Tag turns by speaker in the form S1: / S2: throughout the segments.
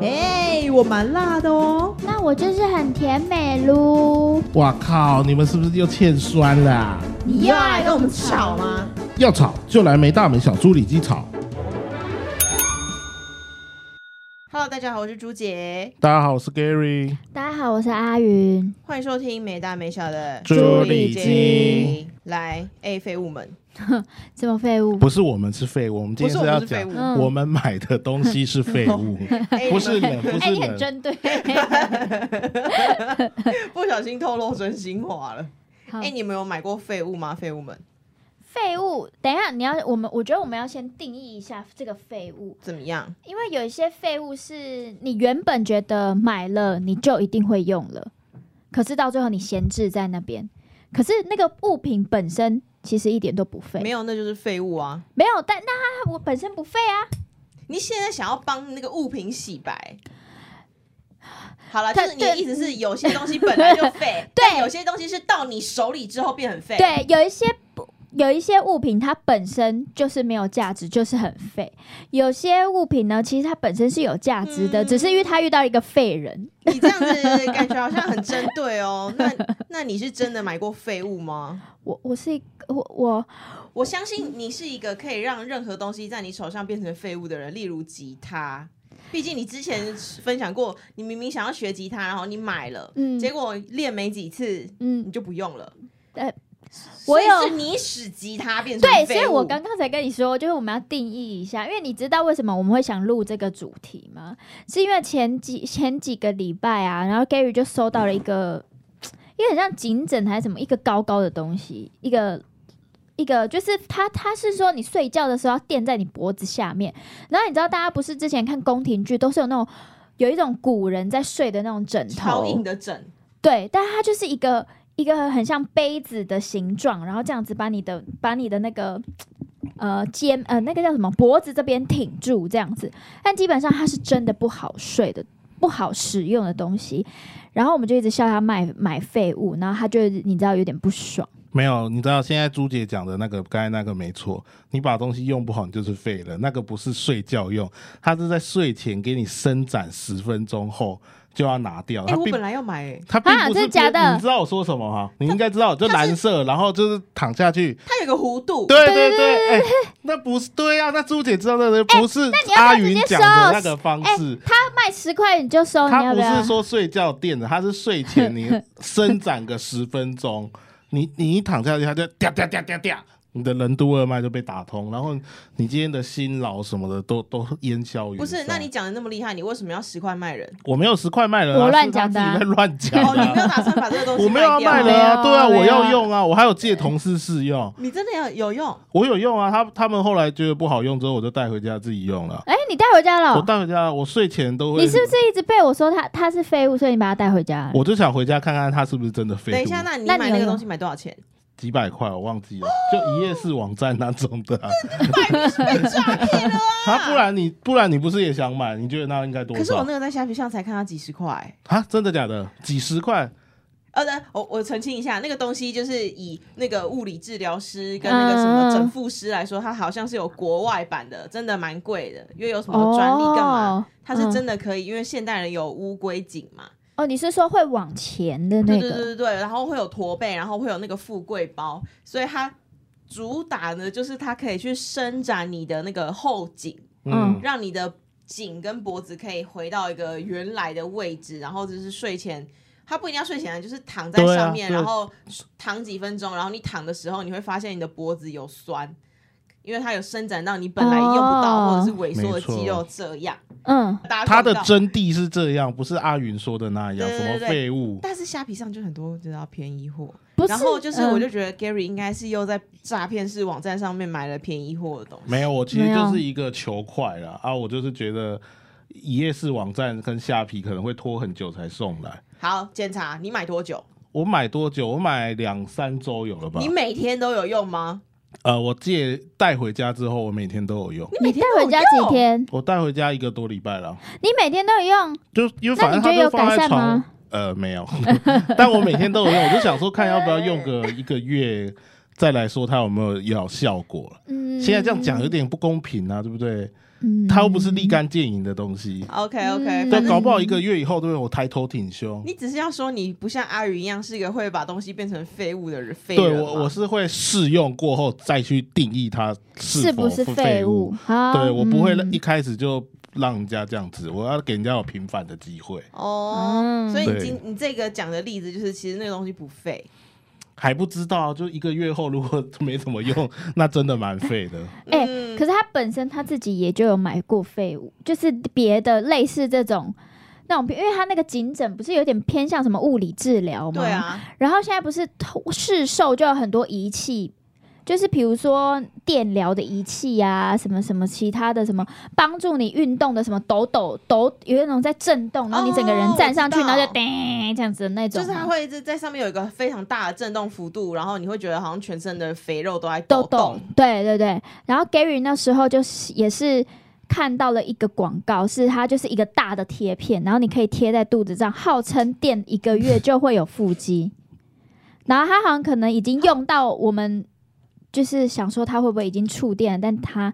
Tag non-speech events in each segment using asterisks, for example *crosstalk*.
S1: 哎、我蛮辣的哦。
S2: 那我就是很甜美噜。
S3: 哇靠！你们是不是又欠酸啦、
S1: 你又要来跟我们吵吗？
S3: 要吵就来没大门小猪里鸡吵。
S1: Hello，大家好，我是朱姐，
S3: 大家好，我是 Gary。
S2: 大家好，我是阿云。
S1: 欢迎收听没大没小的
S3: 猪
S2: 里
S3: 鸡。
S1: 来，哎、废物们，
S2: 什么废物？
S3: 不是我们是废物，我们今
S1: 不
S3: 天
S1: 是
S3: 是
S1: 我
S3: 要
S1: 们是废
S3: 讲
S1: 物，
S2: 嗯
S3: 我们买的东西是废物，
S1: 哎
S3: *laughs* 不是
S1: 你们
S3: 人，不
S2: *laughs* 哎、
S3: 是
S2: 你很
S3: 人。
S2: 针对。
S1: *laughs* 不小心透露真心话了。
S2: *laughs* 好
S1: 哎、你们有买过废物吗？废物们
S2: 废物，等一下，你要我们，我觉得我们要先定义一下这个废物，
S1: 怎么样？
S2: 因为有一些废物是你原本觉得买了你就一定会用了，可是到最后你闲置在那边，可是那个物品本身其实一点都不废，
S1: 没有，那就是废物啊！
S2: 没有，但那它我本身不废啊，
S1: 你现在想要帮那个物品洗白。好了，就
S2: 他
S1: 是你的
S2: 对
S1: 意思是，有些东西本来就 *laughs* 废，
S2: 对
S1: 但有些东西是到你手里之后变很废。，
S2: 对，有一些不有一些物品它本身就是没有价值，就是很废；有些物品呢，其实它本身是有价值的，
S1: 嗯
S2: 只是因为它遇到一个废人。
S1: 你这样子感觉好像很针对哦。那那你是真的买过废物吗？
S2: 我我是一个我我
S1: 我相信你是一个可以让任何东西在你手上变成废物的人，例如吉他。毕竟你之前分享过，你明明想要学吉他，然后你买了，
S2: 嗯
S1: 结果练没几次你
S2: 嗯，
S1: 就不用了。
S2: 呃
S1: 所以
S2: 我有
S1: 是你使吉他变成
S2: 对，所
S1: 废
S2: 以我
S1: 物
S2: 刚刚才跟你说，就是我们要定义一下，因为你知道为什么我们会想录这个主题吗？是因为前几前几个礼拜啊，然后 Gary 就收到了一个，一个很像颈枕还是什么，一个高高的东西，一个。一个就是它，它是说你睡觉的时候要垫在你脖子下面，然后你知道大家不是之前看宫廷剧都是有那种有一种古人在睡的那种枕头，
S1: 超硬的枕，
S3: 啊
S2: 对，但它就是一个一个很像杯子的形状，然后这样子把你的把你的那个呃肩呃那个叫什么脖子这边挺住这样子，但基本上它是真的不好睡的。不好使用的东西，然后我们就一直笑他卖买废物，然后他就你知道有点不爽，
S3: 没有，你知道现在朱姐讲的那个，刚才那个没错，你把东西用不好，你就是废了。那个不是睡觉用，它是在睡前给你伸展十分钟后就要拿掉。
S1: 哎、
S3: 它
S1: 我
S3: 并
S1: 本来要买、欸，
S3: 它并
S2: 啊
S3: 不是
S2: 真的假的
S3: 你知道我说什么哈？你应该知道，就蓝色，然后就是躺下去。
S1: 它有个弧度，
S3: 对对对，哎，那不是对啊，那朱姐知道的不是
S2: 哎你要不要
S3: 阿
S2: 直接
S3: 云
S2: 说
S3: 讲的那个方
S2: 哎
S3: 式。
S2: 他卖十块你就收，你
S3: 他
S2: 要
S3: 不
S2: 要
S3: 是？说睡觉垫的，他是睡
S2: *laughs*
S3: 前你伸展个十分钟，你你一躺下去，他就掉掉掉掉掉，你的任督二脉就被打通，然后你今天的辛劳什么的都都烟消云
S1: 不
S3: 散。
S1: 是？那你讲的那么厉害，你为什么要十块卖
S3: *laughs*
S1: 人？
S3: 我没有十块卖人、啊，
S2: 我乱
S3: 是他
S2: 讲的啊
S3: 自己在乱讲、
S1: 哦，你没有
S3: 啊。
S1: 打算把这个东西
S3: 我没有要卖
S1: 掉？
S3: 人啊，
S2: 没有
S3: 对啊，
S2: 没有
S3: 我要用啊，我还有借同事试用，
S1: 你真的要有用？
S3: 我有用啊。他他们后来觉得不好用之后，我就带回家自己用了。
S2: 哎、你带回家了
S3: 我
S2: 哦、
S3: 带回家，我睡前都会。
S2: 你是不是一直被我说他他是废物，所以你把他带回家了？
S3: 我就想回家看看他是不是真的废物。
S1: 等一下，那你
S2: 那你
S1: 买
S2: 有
S1: 那个
S2: 用
S1: 东西买多少钱？
S3: 几百块，我忘记了，就一页式网站那种的、啊。 *laughs* 啊，不然你不然你不是也想买？你觉得那应该多
S1: 可是我
S3: 少？
S1: 那个在虾皮上才看到几十块。
S3: 啊，真的假的？几十块？
S1: 呃，对，我我澄清一下，那个东西就是以那个物理治疗师跟那个什么
S2: 嗯嗯嗯
S1: 整复师来说，它好像是有国外版的，真的蛮贵的，因为有什么专利干嘛？
S2: 哦
S1: 它是
S2: 嗯
S1: 真的可以，因为现代人有乌龟颈嘛，
S2: 哦，你是说会往前的那
S1: 对
S2: 个？
S1: 对对对对，然后会有驼背，然后会有那个富贵包，所以它主打呢就是它可以去伸展你的那个后颈，
S3: 嗯
S2: 嗯，
S1: 让你的颈跟脖子可以回到一个原来的位置，然后就是睡前。它不一定要睡前啊，就是躺在
S3: 对啊
S1: 上面，
S3: 对
S1: 然后躺几分钟，然后你躺的时候，你会发现你的脖子有酸，因为它有伸展到你本来用不到、
S2: 哦
S1: 或者是萎缩的
S3: 没错
S1: 肌肉这样。
S2: 嗯，
S1: 大家
S3: 它
S1: 看不
S3: 的
S1: 到，
S3: 真谛是这样，不是阿云说的那样，
S1: 对
S3: 什么
S1: 对对
S3: 废物。
S1: 但是虾皮上就很多知道便宜货，
S2: 不是。
S1: 然后就是
S2: 嗯
S1: 我就觉得 Gary 应该是又在诈骗式网站上面买了便宜货的东西。
S3: 没有，我其实
S2: 没有
S3: 就是一个求快啦。啊，我就是觉得一页式网站跟虾皮可能会拖很久才送来。
S1: 好，检查你买多久？
S3: 我买多久？我买两三周有了吧
S1: 你？每天都有用吗？
S3: 呃，我借带回家之后，我每天都有用。
S1: 每
S2: 你
S1: 天
S2: 带
S1: 都有
S2: 回家
S1: 用
S2: 几天？
S3: 我带回家一个多礼拜了。
S2: 你每天都有用？
S3: 就因为
S2: 那
S3: 反正
S2: 你觉
S3: 它
S2: 得
S3: 就
S2: 有
S3: 放
S2: 改
S3: 在
S2: 善
S3: 床
S2: 吗，
S3: 呃，没有， *laughs* 但我每天都有用，我就想说看要不要用个一个月，再来说它有没有要效果。
S2: 嗯，
S3: 现在这样讲有点不公平啊，对不对？
S2: 嗯
S3: 它又不是立竿见影的东西。
S1: OK OK，
S2: 嗯
S3: 对
S1: 反，正
S3: 搞不好一个月以后都会我抬头挺胸。
S1: 你只是要说你不像阿宇一样是一个会把东西变成废物的人，废
S3: 对
S1: 人嘛
S3: 我我是会试用过后再去定义它
S2: 是
S3: 否
S2: 不是
S3: 废
S2: 废物？？好，
S3: 对我不会
S2: 嗯
S3: 一开始就让人家这样子，我要给人家有平反的机会。
S1: 哦，
S2: 嗯
S1: 所以你
S3: 对
S1: 今你这个讲的例子就是，其实那个东西不废。
S3: 还不知道，啊就一个月后如果 *laughs* 没怎么用，那真的蛮废
S2: *laughs*
S3: 的。
S2: 哎、
S1: 嗯
S2: 可是他本身他自己也就有买过废物，就是别的类似这种那种，因为他那个颈枕不是有点偏向什么物理治疗吗？
S1: 对。啊，
S2: 然后现在不是投市售就有很多仪器，就是比如说电疗的仪器呀、什么什么其他的什么帮助你运动的什么抖抖抖，有一种在震动，然后你整个人
S1: 哦
S2: 站上去，
S1: 我知道
S2: 然后就叮这样子的那
S1: 就
S2: 种
S1: 是
S2: 吗，
S1: 它会在在上面有一个非常大的震动幅度，然后你会觉得好像全身的肥肉都在
S2: 豆
S1: 抖
S2: 豆
S1: 动。，
S2: 对对对。然后 Gary 那时候就是也是看到了一个广告，是它就是一个大的贴片，然后你可以贴在肚子上，号称垫一个月就会有腹肌。然后他好像可能已经用到我们，就是想说他会不会已经触电了，但他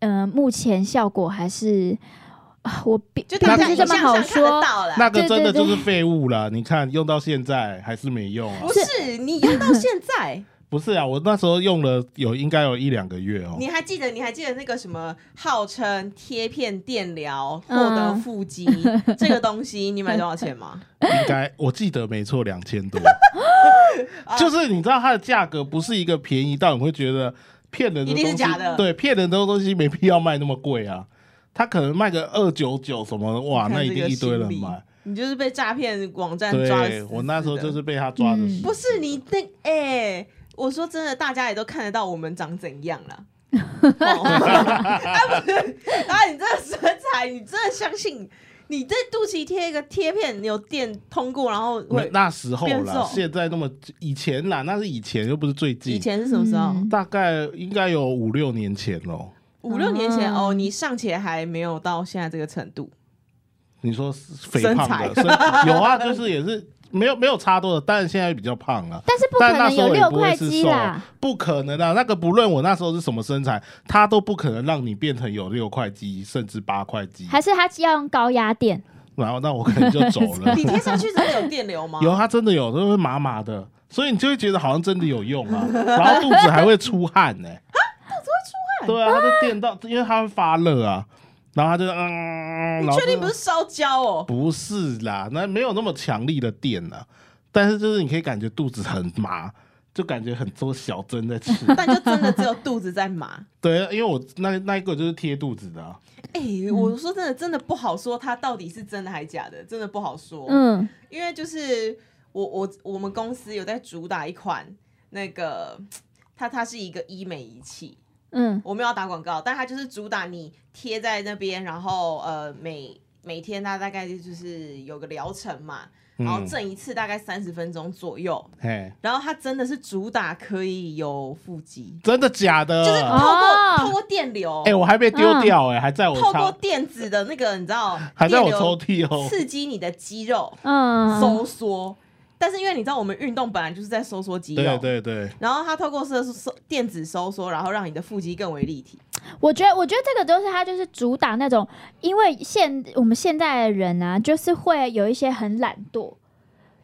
S2: 嗯、呃目前效果还是。啊我并
S1: 就
S2: 并
S1: 大
S2: 不
S1: 家
S2: 是这么好
S1: 影像上看得
S2: 说，
S1: 到啦。
S3: 那个真
S2: 对对
S3: 的
S2: 对
S3: 就是废物啦！你看用到现在还是没用啊
S1: 不。是你用到现
S3: *laughs*
S1: 在，
S3: 不是啊，我那时候用了有应该有一两个月哦、
S1: 你还记得你还记得那个什么号称贴片电疗获
S2: 嗯
S1: 得腹肌这个东西，你买多少钱吗？
S3: 应该我记得没错，两千多。
S1: 啊
S3: *laughs* 就是你知道它的价格不是一个便宜到你会觉得骗人的
S1: 一
S3: 东西，
S1: 定是假的
S3: 对，骗人的东西没必要卖那么贵啊。它可能卖个二九九什么的，哇，
S1: 看
S3: 那一
S1: 这
S3: 定
S1: 个
S3: 一堆
S1: 心
S3: 人
S1: 理
S3: 买。
S1: 你就是被诈骗网站抓
S3: 对
S1: 死，
S3: 我那时候
S1: 的
S3: 就是被他抓的
S2: 嗯。
S1: 不是你那哎、我说真的，大家也都看得到我们长怎样了。
S3: *laughs*
S1: 哦、 *laughs* 啊不是啊！你这个身材，你真的相信你这肚脐贴一个贴片，你有电通过，然后
S3: 那
S1: 会
S3: 那时候
S1: 变
S3: 啦
S1: 瘦，
S3: 现在那么以前啦，那是以前又不是最近，
S1: 以前是什么时候？
S2: 嗯
S3: 大概应该有五六年前喽。
S1: 五六年前、
S2: 啊
S1: 哦，你尚且还没有到现在这个程度。
S3: 你说是肥胖的
S1: 身
S3: 身有啊，就是也是没有没有差多的，但是现在比较胖啊了、
S2: 但是不可
S3: 但那
S2: 能
S3: 时候
S2: 有
S3: 也
S2: 六
S3: 不
S2: 块
S3: 会是
S2: 肌
S3: 瘦
S2: 啦。
S3: 不可能啊！那个不论我那时候是什么身材，他都不可能让你变成有六块肌甚至八块肌。
S2: 还是他要用高压电？
S3: 然后那我可能就走
S1: *laughs*
S3: 了。
S1: 你贴上去真的有电流吗？
S3: *laughs* 有啊他真的有，都会麻麻的，所以你就会觉得好像真的有用
S1: *laughs*
S3: 啊，然后肚子还会出汗呢、肚子会出汗？对啊，它就电到，因为它会发热啊，然后它就嗯，
S1: 你
S3: 然后
S1: 确定
S3: 就
S1: 不是烧焦哦？
S3: 不是啦，那没有那么强力的电啊，但是就是你可以感觉肚子很麻，就感觉很多小针
S1: *laughs*
S3: 在刺。
S1: 但就真的只有肚子在麻。
S3: 对，因为我那那一个就是贴肚子的啊、
S1: 哎、我说真的，真的不好说，它到底是真的还假的，真的不好说。
S2: 嗯，
S1: 因为就是我我我们公司有在主打一款那个，它它是一个医美仪器，
S2: 嗯
S1: 我没有要打广告，但它就是主打你贴在那边，然后呃每每天它大概就是有个疗程嘛，然
S3: 嗯
S1: 后正一次大概三十分钟左右，
S3: 嘿，
S1: 然后它真的是主打可以有腹肌，
S3: 真的假的？
S1: 就是透过、
S3: 哎、
S2: 哦
S1: 透过电流，
S3: 我还被丢掉哎、还在我
S1: 透过
S3: 抽，
S1: 电子的那个你知道，
S3: 还在
S1: 电
S3: 我
S1: 流
S3: 抽屉哦、
S1: 刺激你的肌肉。
S2: 嗯，
S1: 收缩。但是因为你知道，我们运动本来就是在收缩肌肉，
S3: 对对对，
S1: 然后它透过收缩电子收缩，然后让你的腹肌更为立体。
S2: 我觉得，我觉得这个就是他就是主打那种，因为现我们现在的人啊，就是会有一些很懒惰，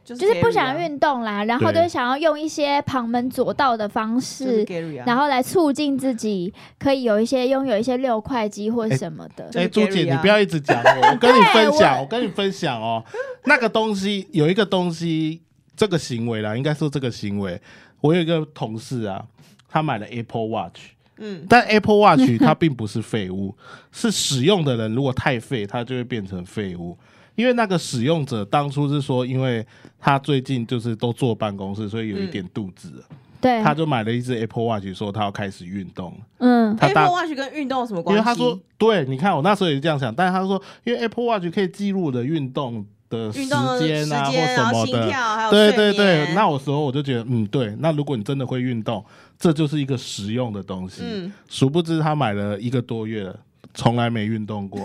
S1: 就
S2: 就是不
S1: Gary 啊
S2: 想，运动啦，然后
S3: 对
S2: 就想要用一些旁门左道的方
S1: 就是
S2: 式，
S1: Gary 啊。
S2: 然后来促进自己可以有一些拥有一些六块肌或什么的。
S1: 就
S3: 哎、
S1: 是
S3: 朱姐，
S1: Gary 啊
S3: 你不要一直讲我，我跟你分享，
S2: 我
S3: 我跟你分享哦，那个东西有一个东西，这个行为啦，应该说这个行为，我有一个同事啊，他买了 Apple Watch，
S1: 嗯，
S3: 但 Apple Watch 它并不是废物，是使用的人如果太废，它就会变成废物。因为那个使用者当初是说，因为他最近就是都坐办公室，所以
S1: 嗯
S3: 有一点肚子了，
S2: 对，
S3: 他就买了一只 Apple Watch，说他要开始运动了。
S2: 嗯，
S3: 他大
S1: Apple Watch 跟运动有什么关
S3: 因
S1: 系？
S3: 为他说，对，你看我那时候也是这样想，但是他说，因为 Apple Watch 可以记录我的运动的时
S1: 运动的时
S3: 间啊或
S1: 间，然
S3: 什
S1: 后
S3: 么
S1: 心
S3: 的，
S1: 跳，还有
S3: 对
S1: 睡
S3: 对对。
S1: 眠
S3: 那我时候我就觉得，嗯，对，那如果你真的会运动，这就是一个实用的东西。
S1: 嗯，
S3: 殊不知他买了一个多月了，从来没运动过，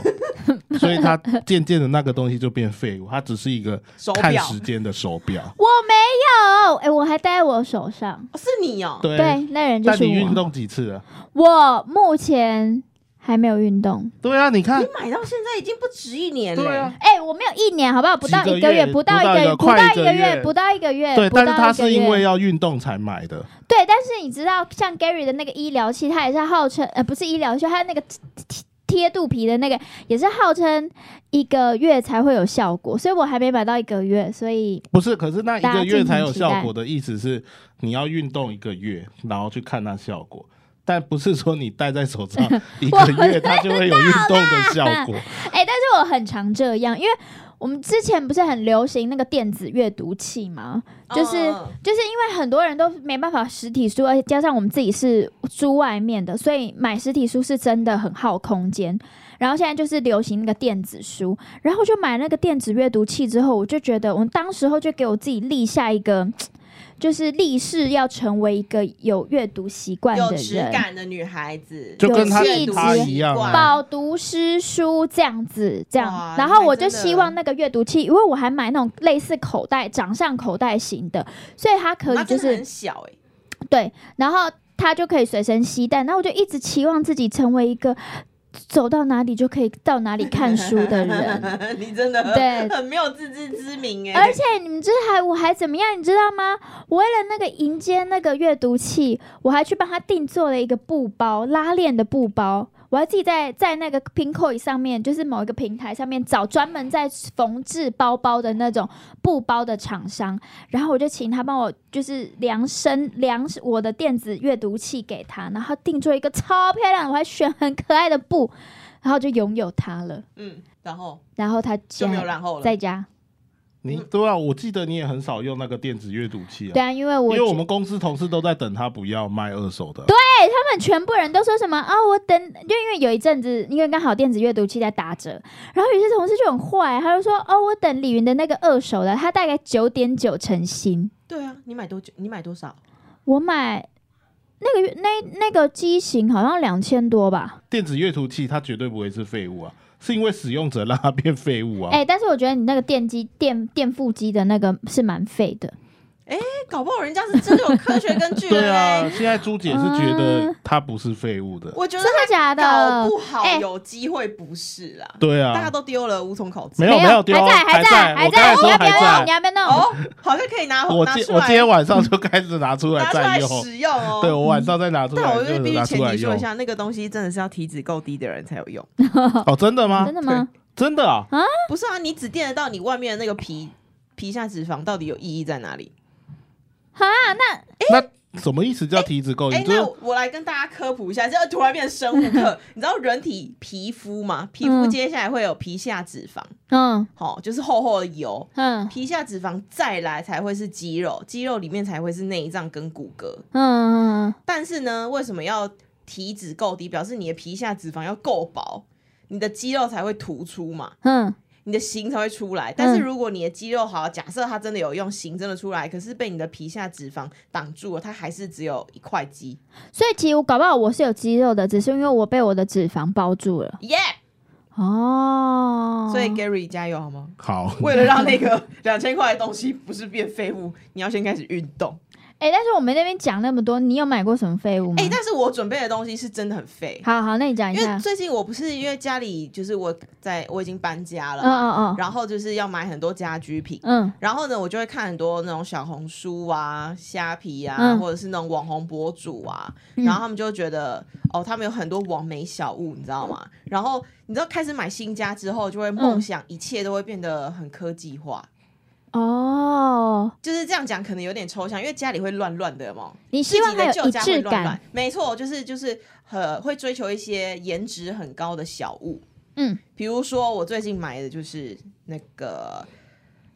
S3: 所以他渐渐的那个东西就变废物，它只是一个
S1: 手
S3: 看
S1: 表
S3: 时间的手
S1: *laughs*
S3: 表。
S2: 我没有，哎、我还戴在我手上。
S1: 哦是你哦，
S3: 对，
S2: 对，那人就
S3: 但
S2: 是
S3: 你运
S2: 我。
S3: 动几次了？
S2: 我目前还没有运动。
S3: 对啊，你看
S1: 你，买到现在已经不止一年了。
S3: 对啊，
S2: 哎、我没有一年，好不好？不到
S3: 几个
S2: 一个
S3: 月
S2: 月，不到
S3: 不到一
S2: 一
S3: 个
S2: 个，不
S3: 快
S2: 到
S3: 一个
S2: 个
S3: 月
S2: 月，不到一个月。
S3: 对，
S2: 不到
S3: 但是他
S2: 一个
S3: 是因
S2: 月
S3: 为要运动才买的，
S2: 对，但是你知道，像 Gary 的那个医疗器，它也是号称呃，不是医疗器，它那个贴贴肚皮的那个也是号称一个月才会有效果，所以我还没买到一个月，所
S3: *laughs*
S2: 以
S3: 不是？可是那一
S2: 大
S3: 个
S2: 家
S3: 月
S2: 敬
S3: 才
S2: 请
S3: 有
S2: 期
S3: 效
S2: 待
S3: 果的意思是，你要运动一个月，然后去看它效果。但不是说你戴在
S2: *laughs*
S3: 手上一
S2: 我
S3: 个月，它就会有运动的效果。
S2: 哎、但是我很常这样，因为我们之前不是很流行那个电子阅读器吗？就是、
S1: 嗯
S2: 就是因为很多人都没办法实体书，而且加上我们自己是租外面的，所以买实体书是真的很耗空间。然后现在就是流行那个电子书，然后就买那个电子阅读器之后，我就觉得我当时候就给我自己立下一个，就是立誓要成为一个有阅读习惯的
S1: 有
S2: 人，
S1: 质感的女孩子，
S3: 就
S2: 跟她
S1: 有气质
S2: 她
S3: 一样
S1: 哇
S3: 啊
S2: 饱读诗书这样子，这
S1: 哇
S2: 样，然后
S1: 你还
S2: 我就
S1: 真的
S2: 希望那个阅读器，因为我还买那种类似口袋、掌上口袋型的，所以它可以
S1: 她真
S2: 就
S1: 的
S2: 是
S1: 很小哎，
S2: 对，然后它就可以随身携带。那我就一直期望自己成为一个走到哪里就可以到哪里看书的人。
S1: *laughs* 你真的
S2: 对
S1: 很没有自知之明哎，
S2: 而且你们这还我还怎么样，你知道吗？我为了那个迎接那个阅读器，我还去帮他定做了一个布包，拉链的布包。我还自己在在那个 Pinkoi 上面，就是某一个平台上面找专门在缝制包包的那种布包的厂商，然后我就请他帮我就是量身量我的电子阅读器给他，然后定做一个超漂亮，我还选很可爱的布，然后就拥有它了。
S1: 嗯，然后
S2: 然后他
S1: 就
S2: 现
S1: 没有
S2: 在
S1: 然后了。
S2: 在家，
S3: 你对啊，我记得你也很少用那个电子阅读器啊
S2: 对，啊，因为
S3: 因
S2: 我
S3: 为我们公司同事都在等他不要卖二手的。
S2: 他们全部人都说什么啊、我等，就因为有一阵子，因为刚好电子阅读器在打折，然后有些同事就很坏，他就说哦，我等李云的那个二手的，他大概九点九成新，
S1: 对啊，你买多久？你买多少？
S2: 我买那个月那那个机型好像两千多吧，
S3: 电子阅读器它绝对不会是废物啊，是因为使用者让它变废物啊。
S2: 哎、但是我觉得你那个电机电电腹肌的那个是蛮废的，
S1: 哎搞不好人家是真的有科学根据的
S3: *laughs* 对啊，
S1: 嘞。
S3: 现在朱姐是觉
S2: 嗯
S3: 得它不是废物的。
S1: 我觉得
S2: 真的假
S1: 嗯搞
S2: 的
S1: 不？好
S2: 哎
S1: 有机会不是啦，
S3: 对啊，
S1: 大家都丢了，无从考证。
S3: 没有没有丢，哦
S2: 还
S3: 还
S2: 在
S3: 我
S2: 还
S3: 刚
S2: 在，
S3: 才
S2: 你
S3: 说
S2: 要不
S3: 还
S2: 要用？你
S3: 在。
S2: 要不要弄？
S1: 哦，好像可以拿
S3: 我
S1: 拿
S3: 今
S1: 出
S3: 我今天
S1: 来
S3: 晚上就开始拿出来
S1: 拿出
S3: 再
S1: 来
S3: 用，
S1: 使用哦。
S3: 对我晚上再拿出
S1: 但
S3: 来
S1: 我
S3: 就
S1: 就是必须
S3: 拿
S1: 前
S3: 出来
S1: 提说
S3: 用
S1: 一。下，那个东西真的是要体脂够低的人才有用。
S3: 哦，真的吗
S2: 真？的吗？
S3: 真的啊，
S1: 不是啊，你只垫得到你外面的那个皮皮下脂肪，到底有意义在哪里？
S2: 哈，
S3: 那什么意思叫体脂够？
S1: 哎、
S3: 哦你就
S1: 那
S3: 是
S1: 我我来跟大家科普一下，这突然变生物课。你知道人体皮肤嘛？皮肤
S2: 嗯
S1: 接下来会有皮下脂肪，
S2: 嗯
S1: 好、就是厚厚的油。
S2: 嗯
S1: 皮下脂肪再来才会是肌肉，肌肉里面才会是内脏跟骨骼。
S2: 嗯嗯，嗯
S1: 但是呢，为什么要体脂够低？表示你的皮下脂肪要够薄，你的肌肉才会突出嘛，
S2: 嗯
S1: 你的形才会出来。但是如果你的肌肉好，假设它真的有用，形真的出来，可是被你的皮下脂肪挡住了，它还是只有一块肌。
S2: 所以其实我搞不好我是有肌肉的，只是因为我被我的脂肪包住了。
S1: 耶、
S2: 哦，
S1: 所以 Gary 加油好吗？
S3: 好，
S1: 为了让那
S2: *laughs*
S1: 个两千块的东西不是变废物，你要先开始运动。
S2: 哎、但是我们那边讲那么多，你有买过什么废物吗？
S1: 哎、但是我准备的东西是真的很废，
S2: 好好，那你嗯讲一
S1: 因为
S2: 下。
S1: 最近我不是因为家里就是我在我已经搬家了
S2: 嗯
S1: 嘛，
S2: 嗯嗯
S1: 然后就是要买很多家居品，
S2: 嗯
S1: 然后呢，我就会看很多那种小红书啊、虾皮啊，
S2: 嗯
S1: 或者是那种网红博主啊，
S2: 嗯
S1: 然后他们就觉得哦，他们有很多网美小物，你知道吗？然后你知道开始买新家之后，就会梦
S2: 嗯
S1: 想一切都会变得很科技化，
S2: 哦，
S1: 就是这样讲可能有点抽象，因为家里会乱乱的嘛，
S2: 你希望
S1: 自
S2: 它
S1: 己的旧
S2: 有一
S1: 家会
S2: 致
S1: 乱
S2: 感
S1: 乱。，没错，就是就是呃，会追求一些颜值很高的小物，
S2: 嗯，
S1: 比如说我最近买的就是那个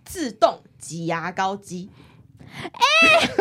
S1: 自动挤牙膏机。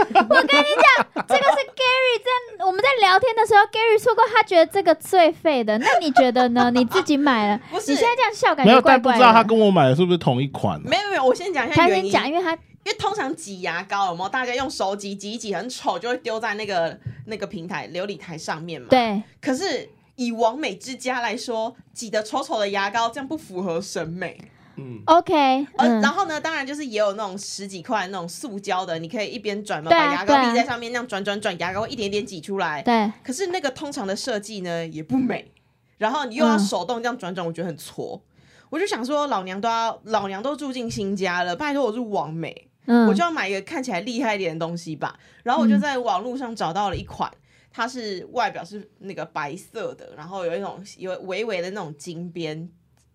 S2: 这个是 Gary 在我们在聊天的时候，Gary 说过他觉得这个最废的。那你觉得
S1: *laughs*
S2: 呢？你自己买了，
S1: 不是
S2: 你现在这样笑，感
S3: 没
S2: 觉
S3: 有，
S2: 怪
S3: 但不
S2: 怪
S3: 知道他
S2: 的。
S3: 跟我买的是不是同一款啊。
S1: 没有没有，我先讲一下
S2: 他
S1: 原
S2: 先
S1: 因，
S2: 讲，因为他
S1: 因为通常挤牙膏有没有？大家用手挤挤一挤很丑，就会丢在那个那个平台琉璃台上面嘛。。
S2: 对
S1: 可是以完美之家来说，挤得丑丑的牙膏这样不符合审美。
S3: 嗯，
S2: OK，
S1: 呃，
S2: 嗯
S1: 然后呢，当然就是也有那种十几块那种塑胶的，你可以一边转嘛，
S2: 对啊
S1: 把牙膏
S2: 对啊
S1: 立在上面，那样转转转，牙膏会一点一点挤出来。
S2: 对，
S1: 可是那个通常的设计呢，也不美。然后你又要
S2: 嗯
S1: 手动这样转转，我觉得很挫。我就想说，老娘都要老娘都住进新家了，拜托我是王美，
S2: 嗯，
S1: 我就要买一个看起来厉害一点的东西吧。然后我就在网络上找到了一款，它是外表是那个白色的，然后有一种有微微的那种金边，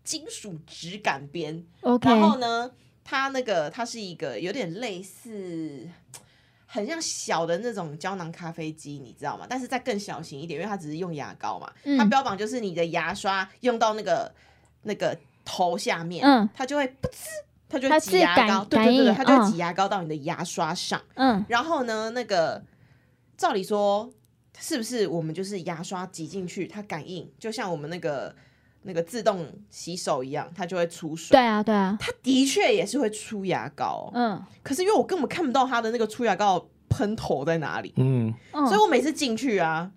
S1: 金属质感边。
S2: OK，
S1: 然后呢，它那个它是一个有点类似。很像小的那种胶囊咖啡机，你知道吗？但是再更小型一点，因为它只是用牙膏嘛。它
S2: 嗯
S1: 标榜就是你的牙刷用到那个那个头下面，
S2: 嗯
S1: 它就会噗呲，它就
S2: 它
S1: 会
S2: 自
S1: 挤牙
S2: 感
S1: 膏，对
S2: 感
S1: 对对对，
S2: 应
S1: 它就会
S2: 嗯
S1: 挤牙膏到你的牙刷上。
S2: 嗯
S1: 然后呢，那个照理说，是不是我们就是牙刷挤进去，它感应就像我们那个那个自动洗手一样，它就会出水。
S2: 对啊对啊，
S1: 它的确也是会出牙膏，
S2: 嗯
S1: 可是因为我根本看不到它的那个出牙膏的喷头在哪里，
S3: 嗯，
S2: 嗯，
S1: 所以我每次进去啊，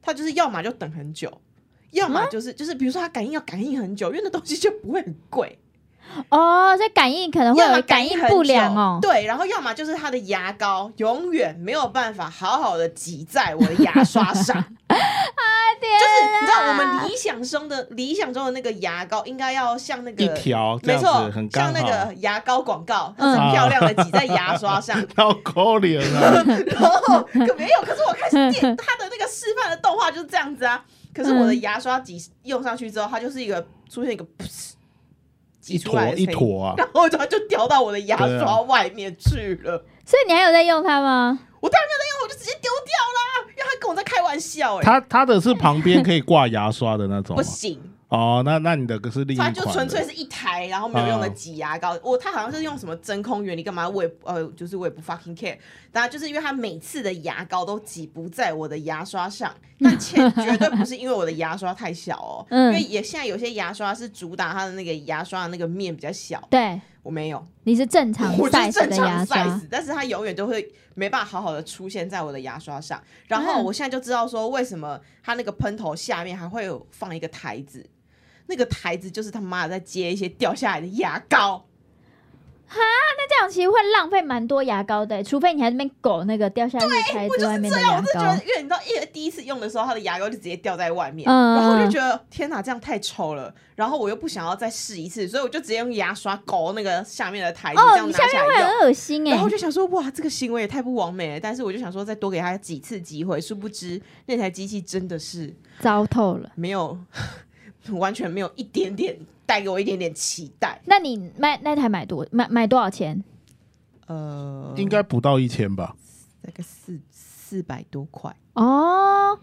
S1: 它就是要么就等很久。要
S2: 啊
S1: 么就是就是，比如说它感应要感应很久，因为那东西就不会很贵，
S2: 哦，这感应可能会
S1: 要么
S2: 有感
S1: 应
S2: 应
S1: 很
S2: 不良
S1: 久
S2: 哦。
S1: 对，然后要么就是它的牙膏永远没有办法好好的挤在我的牙刷
S2: *laughs*
S1: 上，
S2: 啊
S1: 就是你知道我们理想中的理想中的那个牙膏应该要像那个
S3: 一条这
S1: 没
S3: 样子
S1: 错
S3: 很，刚
S1: 像那
S3: 好，
S1: 个牙膏广告，
S2: 嗯
S1: 很漂亮的挤在牙刷上，
S3: 好可怜 *laughs*
S1: *laughs*
S3: 啊！
S1: 然后可没有，可是我看电它的那个示范的动画就是这样子啊。可是我的牙刷挤用上去之后，它就是一个出现一个噗
S3: 一
S1: 挤出
S3: 坨
S1: 来的声
S3: 一
S1: 音，
S3: 坨啊，
S1: 然后它就掉到我的牙
S3: 对
S1: 刷
S3: 啊
S1: 外面去了。
S2: 所以你还有在用它吗？
S1: 我当然没有在用，我就直接丢掉啦，因为他跟我在开玩笑哎、
S3: 它它的是旁边可以挂牙刷的那种
S1: 不
S3: 吗，
S1: 行，
S3: 哦，那那你的可是另一
S1: 它
S3: 款
S1: 就
S3: 的，嗯
S1: 纯粹是一台，然后没有用的挤牙膏。我它好像是用什么真空原理干嘛，我也呃，就是我也不 fucking care。然后就是因为它每次的牙膏都挤不在我的牙刷上，
S3: *laughs*
S1: 但且绝对不是因为我的牙刷太小哦，
S2: 嗯
S1: 因为也现在有些牙刷是主打它的那个牙刷的那个面比较小，
S2: 对，
S1: 我没有，
S2: 你是正常
S1: 我就是
S2: size
S1: 正
S2: 的
S1: 常
S2: 牙刷
S1: size，但是它永远都会没办法好好的出现在我的牙刷上。然后
S2: 嗯
S1: 我现在就知道说，为什么它那个喷头下面还会有放一个台子，那个台子就是他妈的在接一些掉下来的牙膏。
S2: 那这样其实会浪费蛮多牙膏的，欸除非你还在那边狗那个掉下去才
S1: 我
S2: 子
S1: 就
S2: 外
S1: 是
S2: 面
S1: 这
S2: 的
S1: 样，
S2: 牙
S1: 我是觉
S2: 膏
S1: 得，，因为你知道，一第一次用的时候，它的牙膏就直接掉在外面，
S2: 嗯
S1: 然后我就觉得天哪，这样太丑了。然后我又不想要再试一次，所以我就直接用牙刷勾那个下面的台子，这
S2: 哦，
S1: 样
S2: 你
S1: 拿
S2: 下
S1: 下来
S2: 面会
S1: 用。
S2: 很恶心
S1: 然
S2: 哎
S1: 后我。就想说，哇，这个行为也太不完美了。但是我就想说，再多给他几次机会，殊不知那台机器真的是
S2: 糟透了。
S1: 没有，完全没有一点点带给我一点点期待。
S2: 那你卖那台买多买买多少钱？
S1: 呃，
S3: 应该不到一千吧？
S1: 大概四四百多块。
S2: 哦，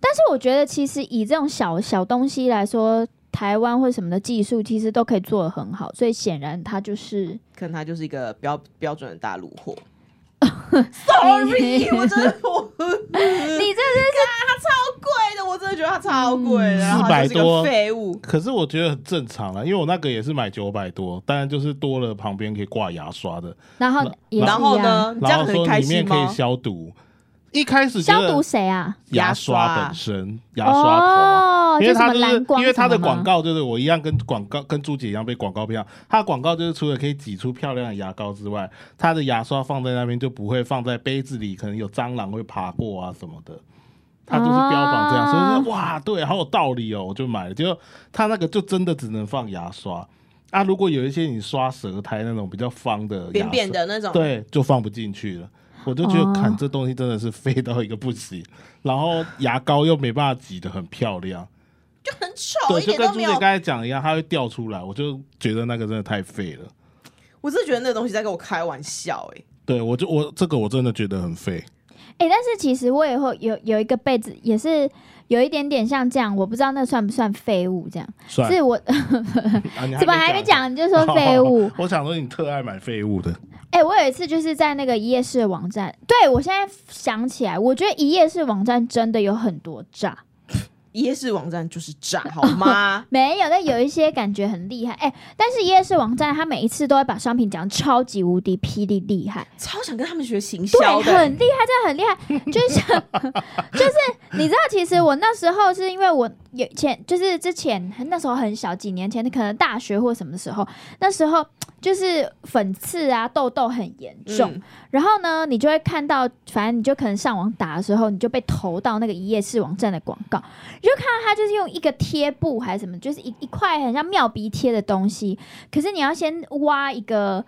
S2: 但是我觉得其实以这种小小东西来说，台湾或什么的技术其实都可以做得很好，所以显然它就是
S1: 可能它就是一个标标准的大陆货。Sorry，我真的我
S2: 你这是
S1: 贵的，我真的觉得它超贵的，然后它就是个
S3: 400多
S1: 废物。
S3: 可是我觉得很正常啊啦，因为我那个也是买九百多，当然就是多了旁边可以挂牙刷的，
S2: *laughs* 然后也是
S1: 然
S2: 一
S1: 后
S2: 样，
S1: 呢，你这
S3: 然
S1: 样
S3: 后
S1: 很
S3: 说
S1: 开
S3: 里面
S1: 心
S3: 可以
S1: 吗？
S3: 消毒。一开始觉
S2: 消
S3: 得
S2: 毒谁啊？
S3: 牙刷本身，牙刷头啊。
S2: 哦，
S3: 因为它
S2: 就
S3: 就
S2: 什么
S3: 是
S2: 蓝光
S3: 因为它的
S2: 什么吗
S3: 广，告就是我一样跟广告跟朱姐一样被广告骗，它的广告就是除了可以挤出漂亮的牙膏之外，它的牙刷放在那边就不会放在杯子里，可能有蟑螂会爬过啊什么的，它就是标榜这样，
S2: 啊
S3: 所以说哇对，好有道理哦，我就买了，结果它那个就真的只能放牙刷啊，如果有一些你刷舌苔那种比较方的牙刷
S1: 扁扁的那种，
S3: 对，就放不进去了。我就觉
S2: 哦
S3: 得，看这东西真的是飞到一个不行，然后牙膏又没办法挤得很漂亮，
S2: 哦
S1: 就很丑，
S3: 对，
S1: 一
S3: 就
S1: 点
S3: 跟
S1: 都
S3: 朱
S1: 没
S3: 姐
S1: 有
S3: 刚才讲的一样，它会掉出来，我就觉得那个真的太废了。
S1: 我真的觉得那个东西在跟我开玩笑哎、
S3: 对我就我这个我真的觉得很废，
S2: 哎、但是其实我也会有有一个被子，也是有一点点像这样，我不知道那算不算废物，这样
S3: 算
S2: 是我
S3: 啊哦
S2: *laughs*
S3: 你
S2: 怎么还没？讲你就说废物？
S3: *laughs* 我想说你特爱买废物的，
S2: 哎、我有一次就是在那个一页式的网站，对我现在想起来，我觉得一页式网站真的有很多诈，？
S1: 一夜式网站就是炸，好吗
S2: 没有，但有一些感觉很厉害。哎、但是一页式网站它每一次都会把商品讲得超级无敌霹雳厉害，
S1: *laughs* 超想跟他们学行
S2: 对，
S1: 销的，
S2: 很厉害，真的很
S1: *laughs*
S2: 厉害。就是就是，你知道，其实我那时候是因为我有前，就是之前那时候很小，几年前，可能大学或什么时候，那时候就是粉刺啊、痘痘很严重。
S1: 嗯
S2: 然后呢，你就会看到，反正你就可能上网打的时候，你就被投到那个一页式网站的广告，然后就看到他就是用一个贴布还是什么，就是一一块很像妙鼻贴的东西，可是你要先挖一个，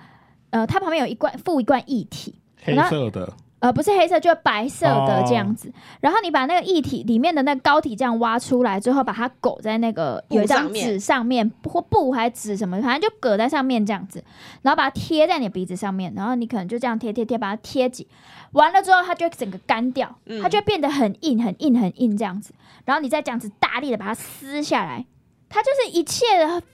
S2: 呃，它旁边有一罐附一罐液体，
S3: 黑色的，
S2: 呃，不是黑色，就白色的
S3: 哦
S2: 这样子。然后你把那个液体里面的那个膏体这样挖出来之后，把它裹在那个
S1: 布
S2: 有一张
S1: 上面
S2: 纸上面，或布还纸什么，反正就搁在上面这样子，然后把它贴在你鼻子上面，然后你可能就这样贴贴贴，把它贴紧。完了之后，它就会整个干掉，
S1: 嗯
S2: 它就会变得很硬、很硬、很硬这样子。然后你再这样子大力的把它撕下来，它就是一切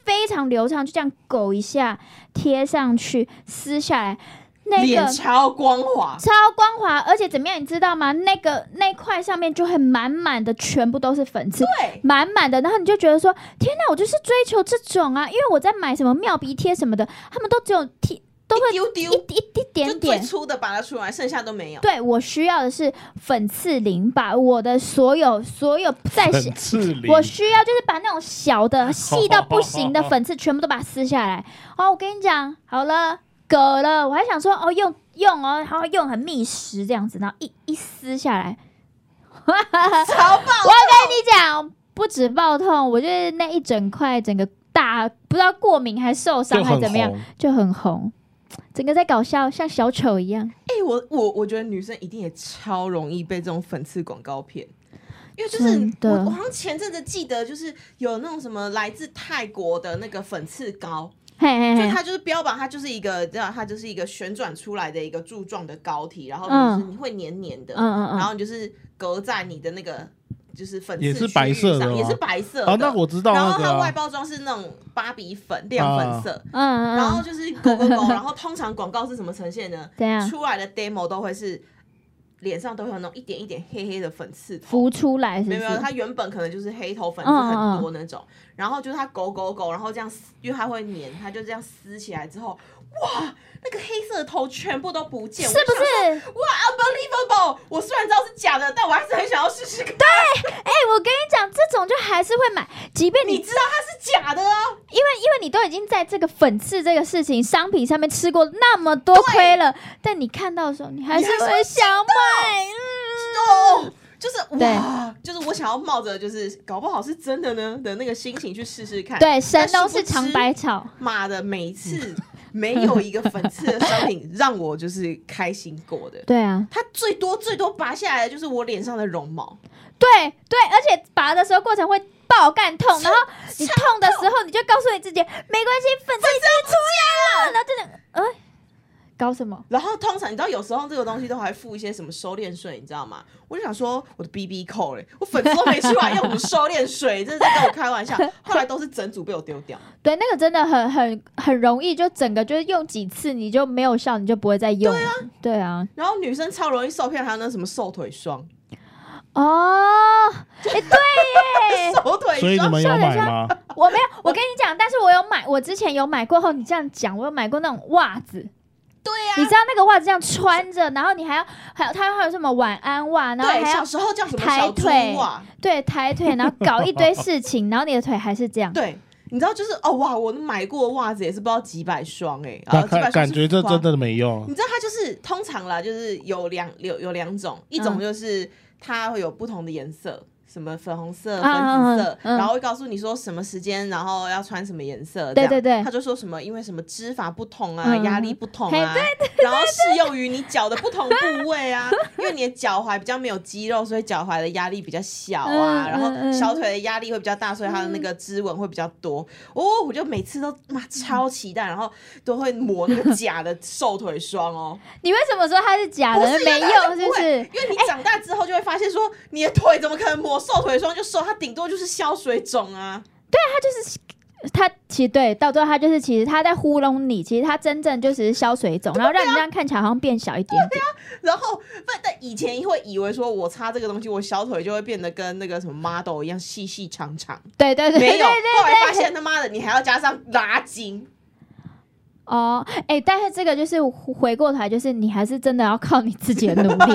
S2: 非常流畅，就这样勾一下，贴上去，撕下来。那个
S1: 脸超光滑，
S2: 超光滑，而且怎么样，你知道吗？那个那块上面就会满满的，全部都是粉刺，
S1: 对，
S2: 满满的。然后你就觉得说，天哪，我就是追求这种啊！因为我在买什么妙鼻贴什么的，他们都只有贴，都会
S1: 一丢丢
S2: 一一一
S1: 就
S2: 点
S1: 最
S2: 点。
S1: 粗的把它出来，剩下都没有。
S2: 对我需要的是粉刺灵，把我的所有所有在
S3: 很刺鼻。
S2: 我需要就是把那种小的、 *laughs* 细到不行的粉刺全部都把它撕下来。哦，我跟你讲，好了，割了，我还想说，哦，用用哦，然后用很密实这样子，然后一一撕下来，
S1: 超棒！
S2: 跟你讲，不止爆痛，我就是那一整块整个大，不知道过敏还受伤
S3: 就
S2: 还
S3: 很
S2: 怎么样，
S3: 红，
S2: 就很红，整个在搞笑，像小丑一样。
S1: 哎、我我我觉得女生一定也超容易被这种粉刺广告骗，因为就是
S2: 真的
S1: 我我好像前阵子记得就是有那种什么来自泰国的那个粉刺膏，
S2: 嘿嘿
S1: 就是
S2: 嘿，
S1: 它就是标榜它就是一个，知道它就是一个旋转出来的一个柱状的膏体，然后就是
S2: 嗯
S1: 你会黏黏的，
S2: 嗯嗯
S1: 然
S2: 嗯，
S1: 后你就是隔在你的那个就是粉刺
S3: 也是白色
S1: 区域
S3: 的
S1: 上
S3: 吗
S1: 也是白色的。
S3: 哦，那我知道
S1: 然
S3: 那
S1: 后
S3: 个
S1: 它外
S3: 啊，
S1: 包装是那种芭比粉亮粉色，
S2: 嗯嗯，
S1: 然后
S2: 嗯
S1: 就是勾勾勾，
S2: *laughs*
S1: 然后通常广告是怎么呈现呢？
S2: 怎样
S1: 出来的 demo 都会是脸上都会有那种一点一点黑黑的粉刺头。
S2: 浮出来是不
S1: 没有
S2: 是
S1: 没有，？它原本可能就是黑头粉
S2: 嗯
S1: 刺
S2: 嗯嗯
S1: 很多那种，然后就是它狗狗狗，然后这样撕，因为它会粘，它就这样撕起来之后，哇，那个黑色的头全部都不见，
S2: 是
S1: 我就想
S2: 不是？
S1: 哇，unbelievable！我虽然知道是假的，但我还是很想要试试看。
S2: 哎、我跟你讲，这种就还是会买，即便你
S1: 你知道它是假的啊，
S2: 因为因为你都已经在这个粉刺这个事情商品上面吃过那么多亏了，但你看到的时候，你还是
S1: 你还是
S2: 会
S1: 会
S2: 想买。嗯
S1: 哦，就是
S2: 对
S1: 哇，就是我想要冒着就是搞不好是真的呢的那个心情去试试看。
S2: 嗯，对，神
S1: 但
S2: 农
S1: 殊不
S2: 是尝
S1: 知
S2: 百草，
S1: 妈的，每次没有一个粉刺的商品让我就是开心过的。
S2: 对啊，
S1: 它最多最多拔下来的就是我脸上的绒毛，
S2: 对对，而且拔的时候过程会爆干痛，然后你痛的时候，你就告诉你自己没关系，粉刺已经出来了，然后真的，呃，搞什么？
S1: 然后通常你知道有时候这个东西都还附一些什么收敛水，你知道吗？我就想说我的 BB 扣嘞，我粉刺都没出来，要什么收敛水？这是在跟我开玩
S2: *laughs*
S1: 笑。后来都是整组被我丢掉。
S2: 对，那个真的很很很容易，就整个就是用几次你就没有效，你就不会再用了。对啊，
S1: 然后女生超容易受骗，还有那什么瘦腿霜、
S2: 哦，哎、对 *laughs* 耶，
S1: 瘦腿
S3: 所以你
S1: 霜，
S3: 们有买吗？
S2: 我没有，我跟你讲，但是我有买，我之前有买过后，你这样讲，我有买过那种袜子。
S1: 对啊呀、
S2: 你知道那个袜子这样穿着，然后你还要还有它还有什么晚安袜，然后
S1: 对，
S2: 还
S1: 小
S2: 要
S1: 时候叫什么
S2: 抬
S1: 小猪
S2: 腿
S1: 啊？
S2: 对抬腿，然后搞一堆事情，然后你的腿还是这样。
S1: 对，你知道就是哦哇，我买过的袜子也是不知道几百双哎、欸，然
S3: 那
S1: 后几百
S2: 哦
S3: 感
S1: 双
S3: 感
S1: 是
S3: 觉这
S1: 花
S3: 真。的没用
S1: 你，知道它就是通常啦，就是有两有有两种，一种
S2: 嗯
S1: 就是它会有不同的颜色，什么粉红色、粉
S2: 嗯嗯
S1: 紫色，
S2: 嗯
S1: 然后会告诉你说什么时间，然后要穿什么颜色。
S2: 对
S1: 这样
S2: 对对
S1: 他就说什么因为什么织法不同啊，
S2: 嗯嗯
S1: 压力不同
S2: 嘿
S1: 啊，然后适用于你脚的不同部位啊， *laughs* 因为你的脚踝比较没有肌肉，所以脚踝的压力比较小啊，
S2: 嗯
S1: 然后
S2: 嗯嗯
S1: 小腿的压力会比较大，所以它的那个织纹会比较多。哦，我就每次都妈超期待，然后都会抹那个假的瘦腿霜哦。
S2: 你为什么说它是假
S1: 不
S2: 的？
S1: 是
S2: 啊没用，是不哎是？
S1: 因为你长大之后就会发现说，你的腿怎么可能抹瘦腿霜就瘦？它顶多就是消水肿啊。
S2: 它其实对，到最后它就是其实它在糊弄你，其实它真正就只是消水肿，然后让
S1: 啊
S2: 你这样看起来好像变小一点点。
S1: 然后，不，但以前会以为说我擦这个东西，我小腿就会变得跟那个什么 model 一样细细长长，
S2: 对对对对
S1: 没有。
S2: 对
S1: 后来发现他妈的，你还要加上拉筋。
S2: 哦，哎、但是这个就是回过头来，就是你还是真的要靠你自己的努
S1: *laughs*
S2: 力，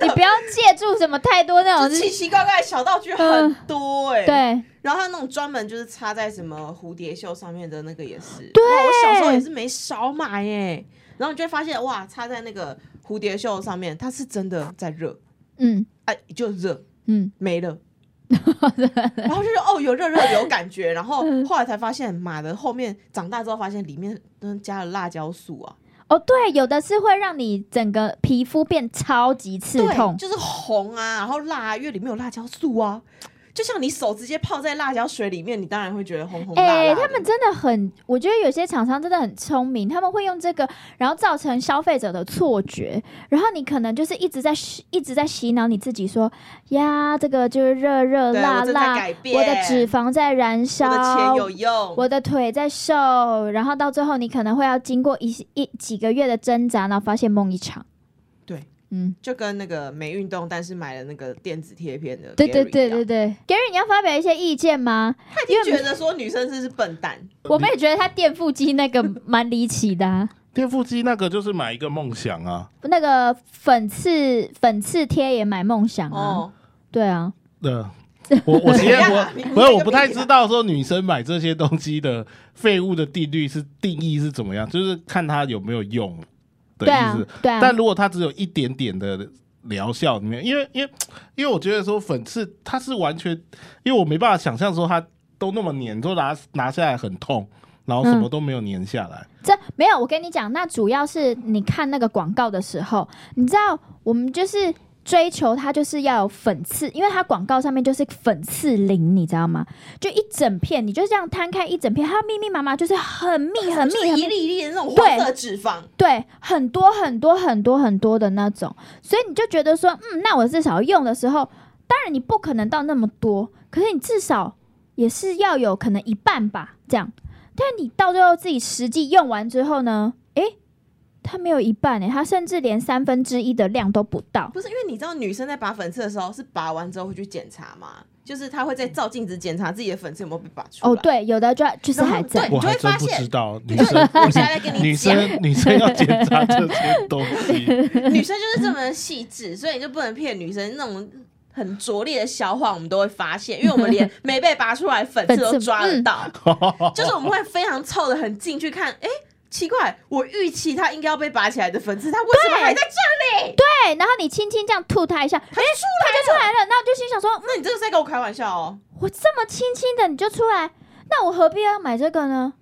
S2: 你不要借助什么太多那
S1: 就
S2: 种
S1: 奇
S2: 哦是，嗯
S1: 奇怪怪的小道具很多哎、
S2: 对
S1: 然后还有那种专门就是插在什么蝴蝶袖上面的那个也是，
S2: 对
S1: 哇我小时候也是没少买哎、然后你就会发现哇，插在那个蝴蝶袖上面，它是真的在热，
S2: 嗯
S1: 哎、就热
S2: 嗯， *laughs*
S1: 没了，然后就说哦，有热热的有感觉，然后后来才发现，妈的，后面长大之后发现里面嗯加了辣椒素啊，
S2: 哦，对，有的是会让你整个皮肤变超级刺痛
S1: 对，，就是红啊，然后辣啊，因为里面有辣椒素啊，就像你手直接泡在辣椒水里面，你当然会觉得红红辣辣的。
S2: 哎、他们真的很，我觉得有些厂商真的很聪明，他们会用这个，然后造成消费者的错觉，然后你可能就是一直在洗一直在洗脑你自己说呀，这个就是热热
S1: 对我
S2: 辣
S1: 正在
S2: 辣，
S1: 改
S2: 我的
S1: 变
S2: 脂肪在燃
S1: 我
S2: 烧，
S1: 的钱有用，
S2: 我的腿在瘦，然后到最后你可能会要经过一一几个月的挣扎，然后发现梦一场。
S1: 对，
S2: 嗯，
S1: 就跟那个没运动，但是买了那个电子贴片的 Gary 一样，
S2: 对对对对对，Gary，你要发表一些意见吗？
S1: 他已经觉得说女生是不是笨蛋，
S2: 我们也觉得他垫腹肌那个蛮离奇
S1: *laughs*
S2: 的、啊，
S3: 电腹肌那个就是买一个梦想啊，
S2: 那个粉刺粉刺贴也买梦想啊，
S1: 哦，
S2: 对啊，
S3: 对。我我其实
S1: 怎样啊你
S3: 我不是
S1: 你
S3: 我不太
S1: 你
S3: 知道说女生买这些东西的废物的定律是定义是怎么样，就是看它有没有用的
S2: 对
S3: 意
S2: 啊
S3: 思。，
S2: 对啊，
S3: 但如果它只有一点点的疗效里面，因为因为因为我觉得说粉刺它是完全，因为我没办法想象说它都那么粘，就拿拿下来很痛，然后什
S1: 嗯
S3: 么都没有粘下来。
S2: 这没有，我跟你讲，那主要是你看那个广告的时候，你知道我们就是追求它就是要有粉刺，因为它广告上面就是粉刺林，你知道吗？就一整片，你就这样摊开一整片，它密密麻麻，就是很密很
S1: 就
S2: 密
S1: 是
S2: 很
S1: 一
S2: 密，
S1: 粒一粒的那种
S2: 对
S1: 黄色的脂肪，
S2: 对，很多很多很多很多的那种，所以你就觉得说，嗯，那我至少用的时候，当然你不可能到那么多，可是你至少也是要有可能一半吧，这样。但你到最后自己实际用完之后呢，诶，它没有一半诶，它甚至连三分之一的量都不到。
S1: 不是因为你知道女生在拔粉刺的时候是拔完之后会去检查吗？就是她会在照镜子检查自己的粉刺有没有被拔出来。
S2: 哦，对，有的就就是
S1: 然后
S2: 还在
S1: 对，哎你
S3: 我
S1: 就会
S3: 还真
S1: 发
S3: 不
S1: 现
S3: 知道女
S1: 就
S3: 生
S1: 我现在跟
S3: 女
S1: 你讲，
S3: 生女生要 *laughs* 检查这些东
S1: *laughs*
S3: 西，
S1: 女生就是这么细 *laughs* 致，所以你就不能骗女生那种。很拙劣的消化，我们都会发现，因为我们连没被拔出来粉刺都抓得到， *laughs* 就是我们会非常凑的很近去看，哎、奇怪，我预期它应该要被拔起来的粉刺，它为什么还在这里？
S2: 对，哎然后你轻轻这样吐它一下，诶，
S1: 它出
S2: 它就出来了，那我就心想说，
S1: 那你这个是在跟我开玩笑哦？
S2: 我这么轻轻的你就出来，那我何必要买这个呢？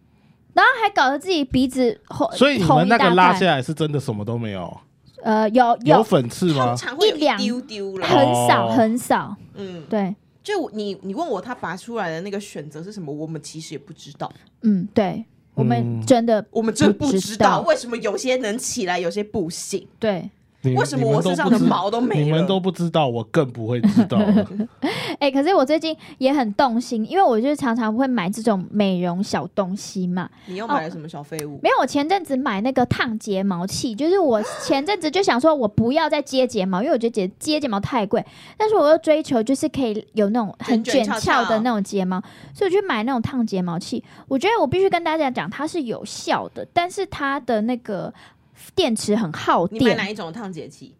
S2: 然后还搞得自己鼻子红，
S3: 所以你
S2: 红
S3: 们
S2: 一
S3: 那个
S2: 大
S3: 拉
S2: 块
S3: 下来是真的什么都没有，
S2: 呃，有
S3: 有
S2: 有
S3: 粉刺
S1: 通 *laughs*
S3: 吗？
S1: 常会有
S2: 一两
S1: 丢丢
S2: 很
S1: 啦，
S2: 少
S3: 哦
S2: 很少，
S1: 嗯，
S2: 对，
S1: 就我你你问我他拔出来的那个选择是什么，我们其实也不知道，
S2: 嗯，对，我们
S3: 嗯
S2: 真的
S1: 我们真不
S2: 不
S1: 知
S2: 知
S1: 道
S2: 道
S1: 为什么有些能起来，有些不行，
S2: 对，
S3: 你
S1: 为什么
S3: 你们
S1: 我
S3: 都
S1: 身上
S3: 不
S1: 的
S3: 知
S1: 毛都没
S3: 你们
S1: 了？
S3: 都不知道，我更不会知
S1: *laughs*
S3: 道了。
S2: 哎，可是我最近也很动心，因为我就常常会买这种美容小东西嘛，
S1: 你又买了什么小废物？
S2: 没有，我前阵子买那个烫睫毛器，就是我前阵子就想说，我不要再接睫毛，因为我觉得接接睫毛太贵。但是我又追求就是可以有那种很
S1: 卷
S2: 卷
S1: 翘
S2: 翘
S1: 翘
S2: 的那种睫毛，所以我去买那种烫睫毛器。我觉得我必须跟大家讲，它是有效的，但是它的那个电池很耗
S1: 你买
S2: 电。
S1: 哪一种烫睫器？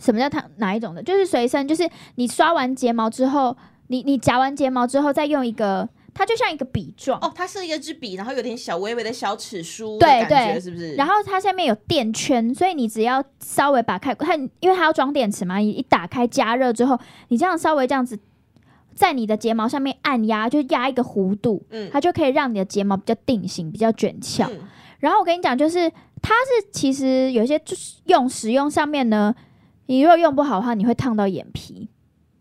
S2: 什么叫烫哪一种的？就是随身，就是你刷完睫毛之后，你你夹完睫毛之后再用一个，它就像一个笔状。
S1: 哦，它是一个支笔，然后有点小微微的小齿梳的
S2: 对
S1: 感觉，
S2: 对
S1: 是不是？
S2: 然
S1: 后
S2: 后它下面有电圈，所以你只要稍微把开它，因为它要装电池嘛，你一打开加热之后，你这样稍微这样子在你的睫毛上面按压，就压一个弧度，
S1: 嗯
S2: 它就可以让你的睫毛比较定型，比较卷翘。
S1: 嗯
S2: 然后我跟你讲，就是它是其实有一些就是用使用上面呢，你如果用不好的话，你会烫到眼皮，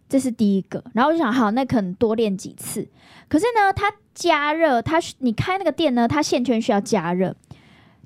S2: 这是第一个。然后我就想，好，那可能多练几次。可是呢，它加热，它需你开那个电呢，它线圈需要加热，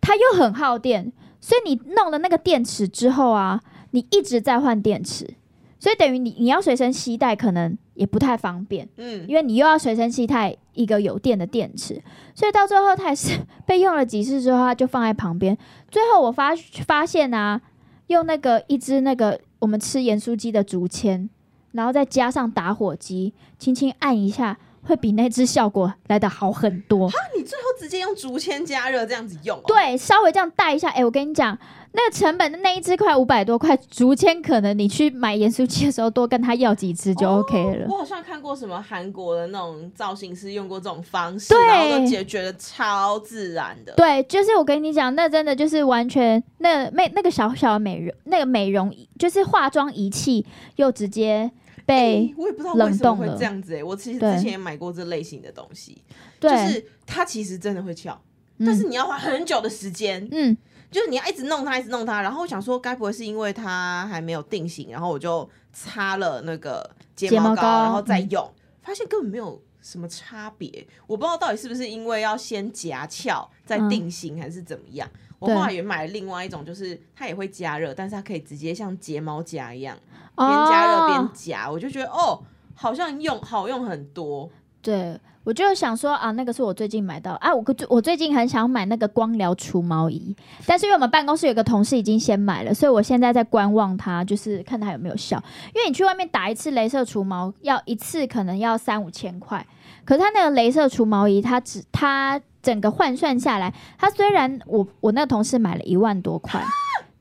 S2: 它又很耗电，所以你弄了那个电池之后啊，你一直在换电池，所以等于你你要随身携带，可能也不太方便。
S1: 嗯，
S2: 因为你又要随身携带一个有电的电池，所以到最后它也是 *laughs* 被用了几次之后，它就放在旁边。最后我发发现啊，用那个一支那个我们吃盐酥鸡的竹签，然后再加上打火机，轻轻按一下，会比那支效果来的好很多。
S1: 那你最后直接用竹签加热这样子用、哦，，
S2: 对，稍微这样带一下，哎、我跟你讲，那个成本的那一支快五百多块，竹签可能你去买盐酥鸡的时候多跟他要几支就 OK 了。
S1: 我好像看过什么韩国的那种造型师用过这种方式，
S2: 对
S1: 然后都解决的超自然的。
S2: 对，就是我跟你讲，那真的就是完全那那那个小小的美容那个美容仪，就是化妆仪器，又直接被
S1: 哎我也不知道为什么会
S2: 冷冻了
S1: 这样子哎、我其实
S2: 对
S1: 之前也买过这类型的东西，哎就
S2: 对，
S1: 是它其实真的会翘，
S2: 嗯
S1: 但是你要花很久的时间，
S2: 嗯，
S1: 就是你要一直弄它，一直弄它。然后我想说，该不会是因为它还没有定型，然后我就擦了那个睫
S2: 睫
S1: 毛
S2: 毛
S1: 膏，
S2: 膏
S1: 然后再用，嗯发现根本没有什么差别。我不知道到底是不是因为要先夹翘再定型，还是怎么样。我
S2: 对
S1: 后来也买了另外一种，就是它也会加热，但是它可以直接像睫毛夹一样边加热边
S2: 哦，
S1: 夹，我就觉得哦，好像用好用很多。
S2: 对。我就想说啊，那个是我最近买到的啊，我最我最近很想买那个光疗除毛仪，但是因为我们办公室有个同事已经先买了，所以我现在在观望它，就是看它有没有效。因为你去外面打一次镭射除毛，要一次可能要三五千块，可是它那个镭射除毛仪，它只它整个换算下来，它虽然我我那个同事买了一万多块，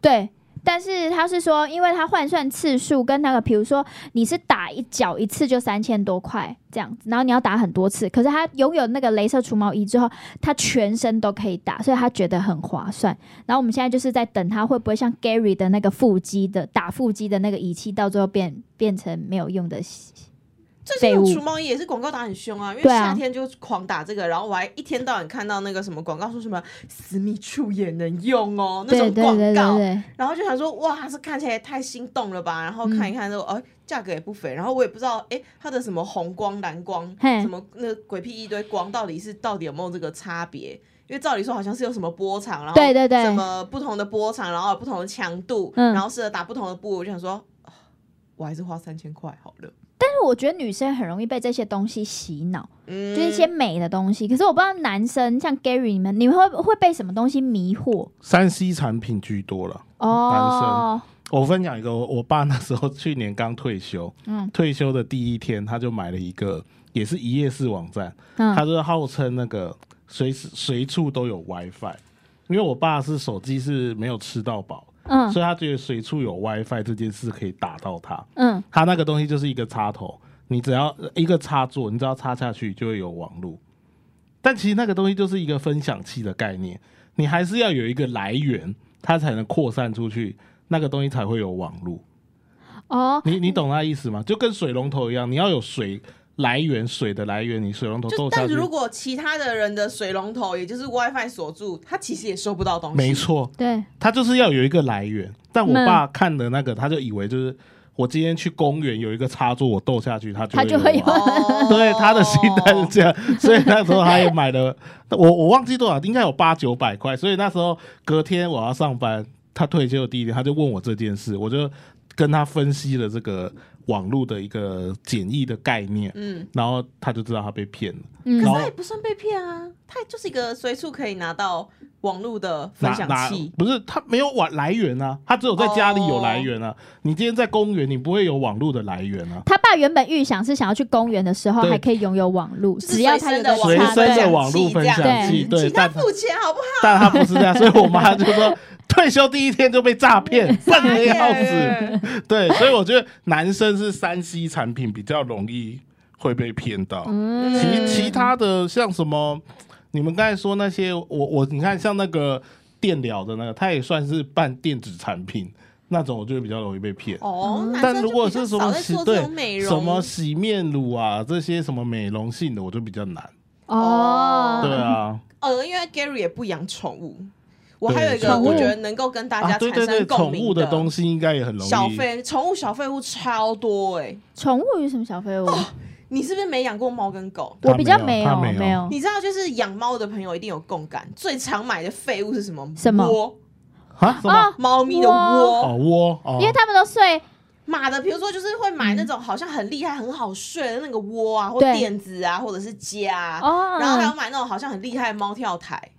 S2: 对。但是他是说，因为它换算次数跟那个，比如说你是打一角一次就三千多块这样子，然后你要打很多次。可是他拥有那个镭射除毛仪之后，他全身都可以打，所以他觉得很划算。然后我们现在就是在等他会不会像 Gary 的那个腹肌的打腹肌的那个仪器，到最后变变成没有用的
S1: 最
S2: 废
S1: 近
S2: 物
S1: 我除毛仪也是广告打很凶啊，因为
S2: 对啊
S1: 夏天就狂打这个，然后我还一天到晚看到那个什么广告说什么私密处也能用哦，那
S2: 对
S1: 种
S2: 对
S1: 广告，
S2: 对对对，
S1: 然后就想说哇，这看起来也太心动了吧，然后看一
S2: 嗯
S1: 看之后，哎、价格也不菲，然后我也不知道哎、它的什么红光、蓝光，
S2: 嘿
S1: 什么那鬼屁一堆光到底是到底有没有这个差别？因为照理说好像是有什么波长，然后
S2: 对对对
S1: 什么不同的波长，然后有不同的强度，
S2: 嗯
S1: 然后适合打不同的部位，我就想说，啊我还是花三千块好了。
S2: 但是我觉得女生很容易被这些东西洗脑，
S1: 嗯
S2: 就是一些美的东西。可是我不知道男生像 Gary 你们，你们会会被什么东西迷惑？
S3: 三 C 产品居多了。
S2: 哦，
S3: 我分享一个，我我爸那时候去年刚退休，
S2: 嗯
S3: 退休的第一天他就买了一个，也是一页式网站，他
S2: 嗯，
S3: 就是号称那个随时随处都有 WiFi，因为我爸是手机是没有吃到饱，
S2: 嗯
S3: 所以他觉得随处有 WiFi 这件事可以打到他。
S2: 嗯，
S3: 它那个东西就是一个插头，你只要一个插座，你只要插下去就会有网络。但其实那个东西就是一个分享器的概念，你还是要有一个来源，它才能扩散出去，那个东西才会有网络。
S2: 哦，
S3: 你你懂那意思吗？就跟水龙头一样，你要有水来源，水的来源，你水龙头
S1: 就
S3: 斗
S1: 但
S3: 下
S1: 是
S3: 去，
S1: 如果其他的人的水龙头，也就是 WiFi 锁住，他其实也收不到东西。
S3: 没，错，
S2: 对，
S3: 它就是要有一个来源。但我
S2: 嗯
S3: 爸看的那个，他就以为就是我今天去公园有一个插座，我斗下去，它就
S2: 它就会有
S3: 网络
S1: 哦
S3: *laughs* 对，他的心态是这样，所以那时候他也买了，我我忘记多少，应该有八九百块。所以那时候隔天我要上班，他退休的第一天，他就问我这件事，我就跟他分析了这个网络的一个简易的概念，
S1: 嗯，
S3: 然后他就知道他被骗了，
S2: 嗯
S1: 可
S3: 然
S1: 是
S3: 后
S1: 他也不算被骗啊，他就是一个随处可以拿到网络的分
S3: 拿
S1: 享
S3: 拿
S1: 器。
S3: 不是他没有网来源啊，他只有在家里有来源啊，你今天在公园你不会有网络的来源啊。
S2: 他爸原本预想是想要去公园的时候
S3: 对
S2: 还可以拥有网络，
S1: 就是
S2: 只要他有个
S3: 随
S2: 插
S3: 身的
S2: 哦对，
S3: 网络分享器，
S1: 请
S3: 对，
S1: 他
S3: 但
S1: 付钱好不好？
S3: 但他不是这样，所以我妈就说退休第一天就被诈
S1: *laughs*
S3: 骗，笨的要死。
S1: 耶
S3: 对，所以我觉得男生是三 C 产品比较容易会被骗到，
S1: 嗯
S3: 其其他的像什么，你们刚才说那些，我我你看像那个电疗的那个，它也算是半电子产品那种，我就会比较容易被骗。
S1: *laughs* 哦，男生
S3: 但
S1: 就
S3: 如果
S1: 比较
S3: 是什
S1: 少
S3: 么
S1: 在
S3: 洗
S1: 做这
S3: 对
S1: 种美容，
S3: 什么洗面乳啊这些什么美容性的，我就比较难。
S2: 哦，
S3: 对啊，
S1: 呃，因为 Gary 也不养宠物，我还有一个
S2: 宠物
S1: 我觉得能够跟大
S3: 啊
S1: 家
S3: 对
S1: 产
S3: 对对，
S1: 生共
S3: 宠
S1: 鸣
S3: 物的东西应该也很容易
S1: 小废宠物小废物超多哎，
S2: 宠物有什么小废物？
S1: 你是不是没养过猫跟狗？
S2: 我比较
S3: 哦他
S2: 没
S3: 他
S2: 有
S3: 没有
S2: 没有
S1: 你知道，就是养猫的朋友一定有共感，最常买的废物是什么？
S2: 什么
S1: 窝？
S3: 啊什么
S2: 哦
S1: 猫咪的
S3: 哦
S1: 窝。
S3: 窝哦，
S2: 因为他们都睡
S1: 马的，比如说就是会买那种好像很厉害、很好睡的那个窝啊，或
S2: 对
S1: 垫子啊，或者是家啊、
S2: 哦，
S1: 然后还有买那种好像很厉害的猫跳台，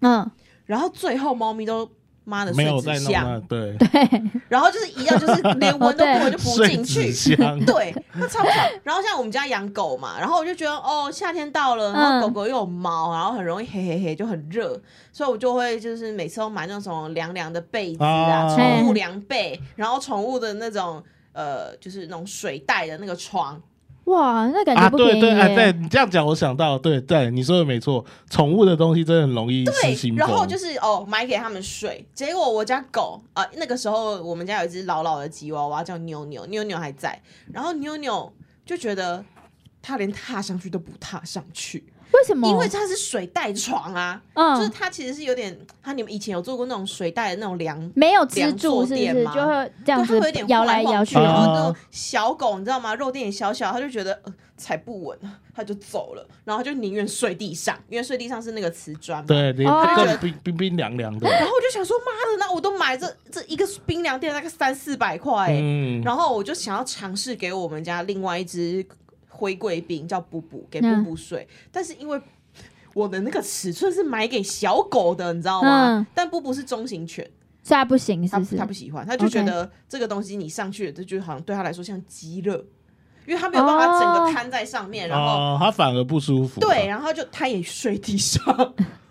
S2: 嗯，
S1: 然后最后猫咪都妈的
S3: 没
S1: 睡
S3: 有
S1: 纸
S3: 在弄啊那
S1: 箱，
S3: 对 *laughs*
S1: 然后就是一样，就是连闻都
S2: 哦对
S1: 根本就不
S3: 睡
S1: 进
S3: 纸
S1: 去。
S3: *laughs* 箱
S1: *laughs* 对，那超不爽。然后像我们家养狗嘛，然后我就觉得哦，夏天到了，然
S2: 嗯
S1: 后狗狗又有毛，然后很容易嘿嘿嘿就很热，所以我就会就是每次都买那种凉凉的被子啊，
S3: 啊
S1: 宠物凉被，然后宠物的那种呃，就是那种水袋的那个床。
S2: 哇，那感觉
S3: 啊，
S2: 不便
S3: 对
S2: 宜
S3: 对，
S2: 耶。
S3: 哎，对你这样讲，我想到，对对，你说的没错，宠物的东西真的很容易失
S1: 对
S3: 心，疯。
S1: 然后就是哦，买给他们睡。结果我家狗啊、呃那个时候我们家有一只老老的吉娃娃叫妞妞，妞妞还在。然后妞妞就觉得它连踏上去都不踏上去，
S2: 为什么？
S1: 因为它是水袋床啊，就是
S2: 嗯，
S1: 它其实是有点，它你们以前有做过那种水袋的那种凉
S2: 没有支
S1: 两
S2: 柱，
S1: 座
S2: 是不
S1: 垫
S2: 是
S1: 吗
S2: 就会这
S1: 对，
S2: 样子
S1: 它会有点
S2: 摇来
S1: 晃来
S2: 摇
S1: 晃
S2: 去啊
S1: 然
S2: 的？
S3: 哦
S1: 后那种小狗，你知道吗？肉垫也小小，它就觉得、呃、踩不稳，它就走了，然后它就宁愿睡地上，因为睡地上是那个瓷砖嘛。
S3: 对，你
S2: 哦
S3: 更冰冰冰凉凉的，
S1: 然后我就想说，妈的，那我都买这这一个冰凉垫，大概三四百块、欸，
S3: 嗯，
S1: 然后我就想要尝试给我们家另外一只灰贵宾叫布布，给布
S2: 嗯
S1: 布睡，但是因为。我的那个尺寸是买给小狗的，你知道吗？
S2: 嗯
S1: 但布布是中型犬，
S2: 所以它不行，是
S1: 他
S2: 不是
S1: 他？不喜欢，他就觉
S2: OK
S1: 得这个东西你上去了，这就好像对他来说像鸡肋，因为他没有办法整个
S2: 哦
S1: 摊在上面，然后
S3: 哦，它反而不舒服。
S1: 对，，然后就他也睡地上。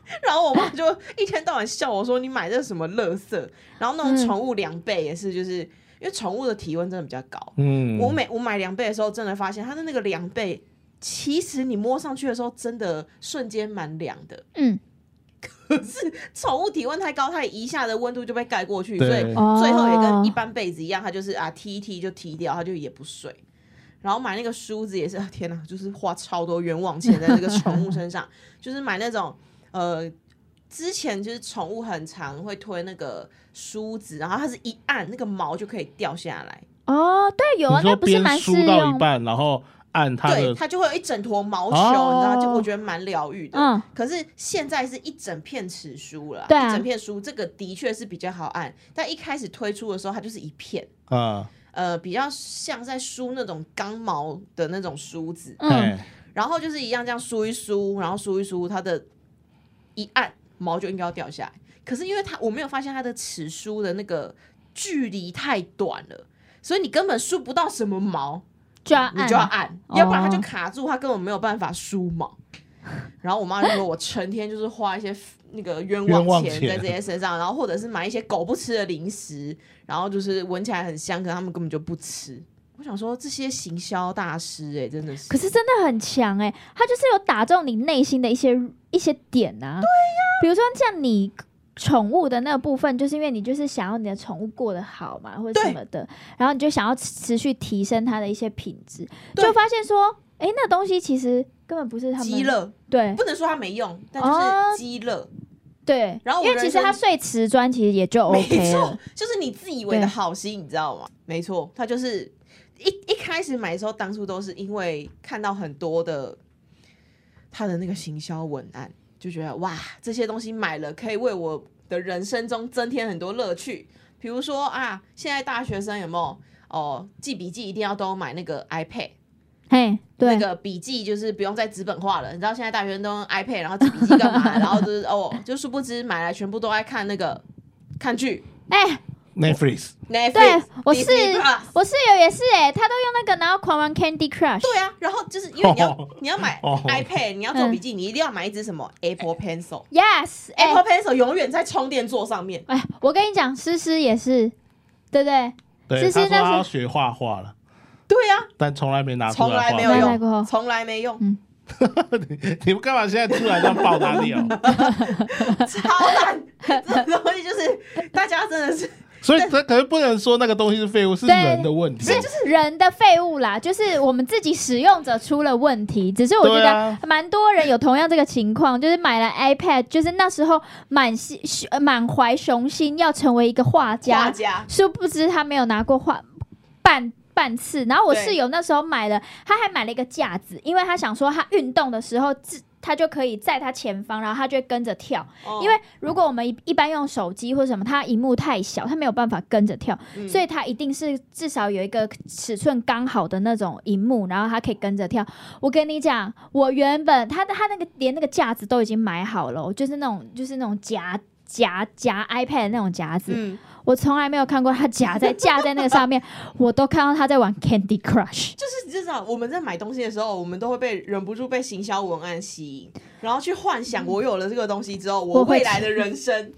S1: *laughs* 然后我妈就一天到晚笑我说：“你买这什么垃圾？”然后那种
S2: 嗯
S1: 宠物凉被也是，就是因为宠物的体温真的比较高。
S3: 嗯，
S1: 我每我买凉被的时候，真的发现它的那个凉被，其实你摸上去的时候，真的瞬间蛮凉的。
S2: 嗯，
S1: 宠物体温太高，它也一下的温度就被盖过去，所以
S3: 对，
S2: 哦
S1: 最后也跟一般被子一样，它就是啊踢一踢就踢掉，它就也不睡。然后买那个梳子也是，啊天哪，就是花超多冤枉钱在这个宠物身上，就是买那种呃，之前就是宠物很常会推那个梳子，然后它是一按那个毛就可以掉下来，
S2: 哦，对，有啊
S3: 你，
S2: 那
S3: 说
S2: 不是
S3: 边
S2: 蛮适
S3: 梳到
S2: 用
S3: 一？半，然后按它
S1: 对，
S3: 的，
S1: 它就会有一整坨毛球，
S3: 哦
S1: 你知道吗，就我觉得蛮疗愈的。
S2: 嗯
S1: 可是现在是一整片尺梳了，
S2: 对啊
S1: 一整片梳，这个的确是比较好按，但一开始推出的时候它就是一片。
S3: 啊，
S1: 呃，比较像在梳那种钢毛的那种梳子，
S2: 嗯，
S3: 哎
S1: 然后就是一样这样梳一梳，然后梳一梳，它的一按毛就应该要掉下来。可是因为它我没有发现它的齿梳的那个距离太短了，所以你根本梳不到什么毛，
S2: 就要按
S1: 你
S2: 啊，
S1: 就要按，要不然它就
S2: 哦
S1: 卡住，它根本没有办法梳毛。然后我妈就说，我成天就是花一些那个冤
S3: 冤枉
S1: 枉
S3: 钱
S1: 钱在这些身上，然后或者是买一些狗不吃的零食，然后就是闻起来很香，可他们根本就不吃。我想说，这些行销大师哎、真的是，
S2: 可是真的很强哎、他就是有打中你内心的一些一些点啊。对呀、比如说像你宠物的那个部分，就是因为你就是想要你的宠物过得好嘛，或者什么的，然后你就想要持续提升它的一些品质，
S1: 对
S2: 就发现说，哎、那东西其实根本不是他
S1: 鸡
S2: 们
S1: 肋
S2: 对
S1: 不能说它没用，但
S2: 哦
S1: 就是鸡肋、
S2: 对，
S1: 然后我
S2: 因为其实它
S1: 人生
S2: 睡瓷砖其实也就
S1: 没
S2: OK
S1: 错
S2: 了，，
S1: 就是你自以为的
S2: 对
S1: 好心，你知道吗？没错，他就是一一开始买的时候，当初都是因为看到很多的他的那个行销文案，就觉得哇，这些东西买了可以为我的人生中增添很多乐趣。比如说啊，现在大学生有没有哦记笔记一定要都买那个 iPad，
S2: 嘿，
S1: 那
S2: 对，
S1: 个笔记就是不用再纸本化了。你知道现在大学生都用 iPad，然后记笔记干嘛？然后就是哦，就殊不知买来全部都爱看那个看剧。
S2: 哎、
S3: ，Netflix，
S1: Netflix, 啊
S2: 对我是
S1: Disney Plus
S2: 我室友也是哎、他都用那个，然后狂玩 Candy Crush，
S1: 对啊，然后就是因为你要你要买
S3: 哦
S1: iPad，你要做笔记，你一定要买一支什么 Apple Pencil。
S2: ，Yes，哎、
S1: Apple Pencil 永远在充电座上面，
S2: 哎，我跟你讲，诗诗也是，对不对？其实
S3: 对，他说
S2: 那是
S3: 他要学画画了，
S1: 对啊，
S3: 但从来没拿出
S1: 从来没有
S3: 画
S2: 拿来过
S1: 用，
S2: 后
S1: *laughs* 从来没用，
S3: 你们干嘛现在突然这样爆他料？
S1: 超烂， *laughs* 这种东西就是大家真的是
S3: 所以这可是不能说那个东西是废物，是
S2: 对
S3: 人的问题。
S2: 是人的废物啦，就是我们自己使用者出了问题。只是我觉
S3: 对啊
S2: 得蛮多人有同样这个情况，就是买了 iPad，就是那时候满心呃满怀雄心要成为一个画
S1: 画
S2: 家，
S1: 家，
S2: 殊不知他没有拿过画半半次。然后我
S1: 对
S2: 室友那时候买了，他还买了一个架子，因为他想说他运动的时候自他就可以在他前方，然后他就会跟着跳。
S1: 哦
S2: 因为如果我们一一般用手机或什么，它荧幕太小，它没有办法跟着跳，
S1: 嗯
S2: 所以它一定是至少有一个尺寸刚好的那种荧幕，然后它可以跟着跳。我跟你讲，我原本它的它那个连那个架子都已经买好了哦，就是那种就是那种夹夹夹 iPad 的那种夹子，
S1: 嗯，
S2: 我从来没有看过它夹在架在那
S1: *laughs*
S2: 个上面，我都看到它在玩 Candy Crush。
S1: 就是至少我们在买东西的时候，我们都会被忍不住被行销文案吸引，然后去幻想我有了这个东西之后，我
S2: 我会
S1: 未来的人生。 *laughs*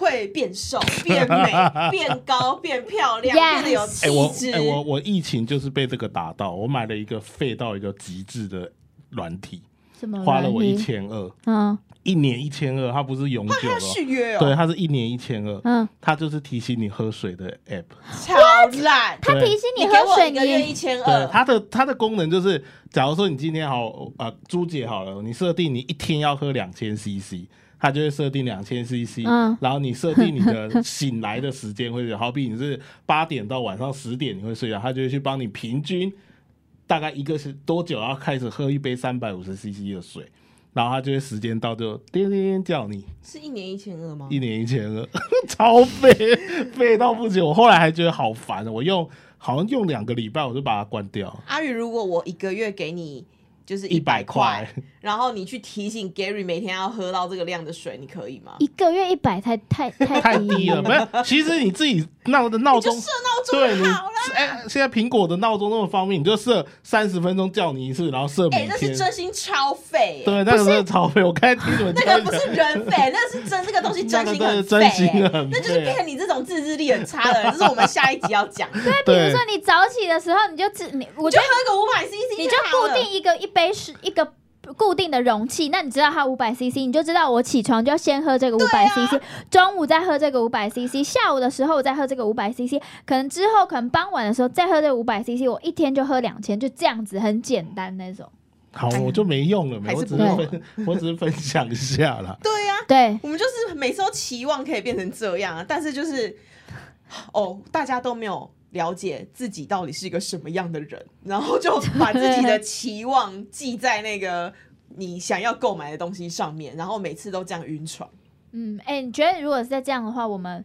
S1: 会变瘦、变
S3: *laughs*
S1: 美、变高、变漂亮、
S2: Yes
S1: 变得有
S3: 哎、我
S1: 气质。
S3: 哎、我我疫情就是被这个打到，我买了一个废到一个极致的软体，
S2: 什么
S3: 花了我一
S2: 软体，
S3: 千二，
S2: 嗯
S3: 一年一千二，它不是永久
S1: 他
S3: 的
S1: 续约
S3: 哦，
S1: 哦，
S3: 对，它是一年一千二，
S2: 嗯，
S3: 它就是提醒你喝水的 app。
S1: 超烂。
S2: 他提
S3: 对
S2: 醒
S1: 你给
S2: 喝
S1: 我
S2: 水，
S1: 一个月
S2: 你
S1: 一千
S3: *laughs*
S1: *laughs*
S3: 对，
S1: 二，
S3: 它的它的功能就是，假如说你今天好呃朱姐好了，你设定你一天要喝两千 CC，它就会设定两千 CC，
S2: 嗯
S3: 然后你设定你的醒来的时间会是，好比你是八点到晚上十点你会睡觉，它就会去帮你平均大概一个是多久要开始喝一杯三百五十 CC 的水。然后它就会时间到就叮叮叮叫你
S1: 是一年一千二吗？
S3: 一年一千二， *laughs* 超废废到不行。我后来还觉得好烦哦，我用好像用两个礼拜我就把它关掉了。
S1: 阿宇，如果我一个月给你就是
S3: 一
S1: 百
S3: 百块，
S1: 然后你去提醒 Gary 每天要喝到这个量的水，你可以吗？
S2: 一个月一百太太太
S3: 太
S2: 低
S1: *laughs*
S3: 低了，不是？其实你自己闹的闹
S1: 你就
S3: 钟
S1: 设，闹
S3: 对
S1: 钟
S3: 你
S1: 就好了。
S3: 哎、现在苹果的闹钟那么方便，你就设三十分钟叫你一次，然后设
S1: 哎、
S3: 每
S1: 那
S3: 天
S1: 是。真心超废、欸，
S3: 对，那个是超费。我刚才听你们
S1: *laughs* 那
S3: 讲
S1: 个不是人废，那是真这个东西真心
S3: 那
S1: 很废、哎
S3: 个真的真心很废
S1: 那就是变成你这种自制力很差的人，这是我们下一集要
S2: *laughs*
S1: 讲的。
S2: 那比如说你早起的时候，你就只你，我
S1: 我
S2: 觉
S1: 就
S2: 得
S1: 喝个五百 CC，
S2: 你
S1: 就
S2: 就
S1: 好
S2: 固
S1: 了
S2: 定一个一杯是一个固定的容器，那你知道它五百 CC，你就知道我起床就要先喝这
S1: 啊
S2: 个五百 CC，、中午再喝这个五百 CC，下午的时候我再喝这个五百 CC，可能之后可能傍晚的时候再喝这五百 CC，我一天就喝两千，就这样子很简单那种。
S3: 好，我就没用了，
S1: 还是
S3: 没，我只是
S2: 不
S3: 分， *laughs* 我只是分享一下
S1: *laughs*
S3: 啦。
S1: 对呀、
S2: 对，
S1: 我们就是每次都期望可以变成这样啊，但是就是哦，大家都没有了解自己到底是一个什么样的人，然后就把自己的期望记在那个你想要购买的东西上面，然后每次都这样晕船。
S2: 嗯，哎、你觉得如果是在这样的话，我们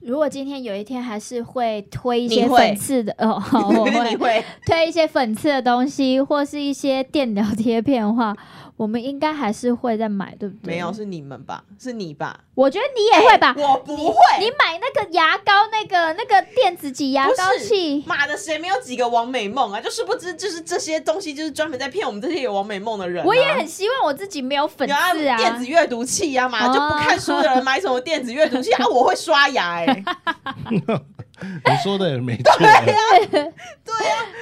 S2: 如果今天有一天还是会推一些
S1: 你会
S2: 粉刺的哦，好，
S1: *laughs*
S2: 我
S1: 你
S2: 会
S1: 会
S2: 推一些粉刺的东西，或是一些电疗贴片的话， *laughs* 我们应该还是会再买，对不对？
S1: 没有，是你们吧？是你吧？
S2: 我觉得你也会吧。
S1: 我不会。
S2: 你买那个牙膏，那个那个电子挤牙膏
S1: 不是
S2: 器，
S1: 妈的，谁没有几个王美梦啊？就是不知，就是这些东西，就是专门在骗我们这些有王美梦的人啊、
S2: 我也很希望我自己没有粉
S1: 有啊，
S2: 刺啊。
S1: 电子阅读器啊，嘛
S2: 哦
S1: 就不看书的人买什么电子阅读器啊？我会刷牙哎、
S3: 你说的也没错，
S2: *laughs*
S1: 啊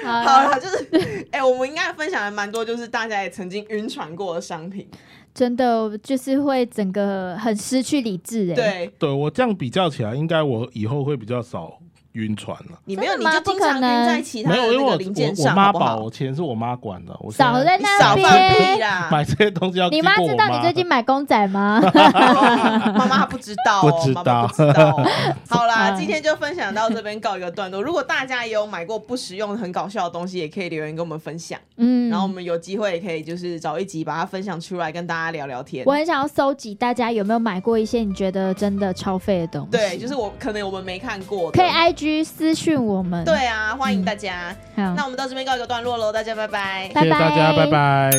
S2: 好啊
S1: 好了，就是 *laughs* 哎、我们应该分享了蛮多，就是大家也曾经晕船过的商品。
S2: 真的就是会整个很失去理智哎、，
S1: 对
S3: 对我这样比较起来，应该我以后会比较少晕船了。
S1: 你没有，
S2: 真
S1: 你
S2: 的吗
S1: 就经常
S2: 不可
S1: 晕
S2: 能
S1: 在其他
S3: 没
S1: 的
S3: 有，因为
S1: 那
S3: 我
S1: 个
S3: 我
S1: 零件
S3: 我
S1: 上，
S3: 妈
S1: 好不
S3: 保，
S1: 好？
S3: 我钱是我妈管的，我现
S2: 少在
S1: 你
S2: 那
S1: 少放屁
S2: 边。
S1: 啦！
S3: 买这 *laughs* 些东西要
S2: 你
S3: 经
S2: 妈
S3: 过
S2: 知
S3: 我
S2: 道你最近买公
S1: *laughs*
S2: 仔吗？
S1: 哦妈妈她不知道、哦，
S3: 不知道
S1: 妈妈不知道哦、
S3: *laughs*
S1: 好啦，
S2: 嗯
S1: 今天就分享到这边告一个段落。如果大家也有买过不实用、很搞笑的东西，也可以留言跟我们分享。
S2: 嗯，
S1: 然后我们有机会也可以就是找一集把它分享出来，跟大家聊聊天
S2: 我。很想要搜集大家有没有买过一些你觉得真的超废的东西，
S1: 对，就是我可能我们没看过的，
S2: 可以 IG 私讯我们。，
S1: 对啊，欢迎大家。
S2: 好，
S1: 那我们到这边告一个段落喽，大家拜拜。
S2: 拜
S3: 谢谢大家，拜拜。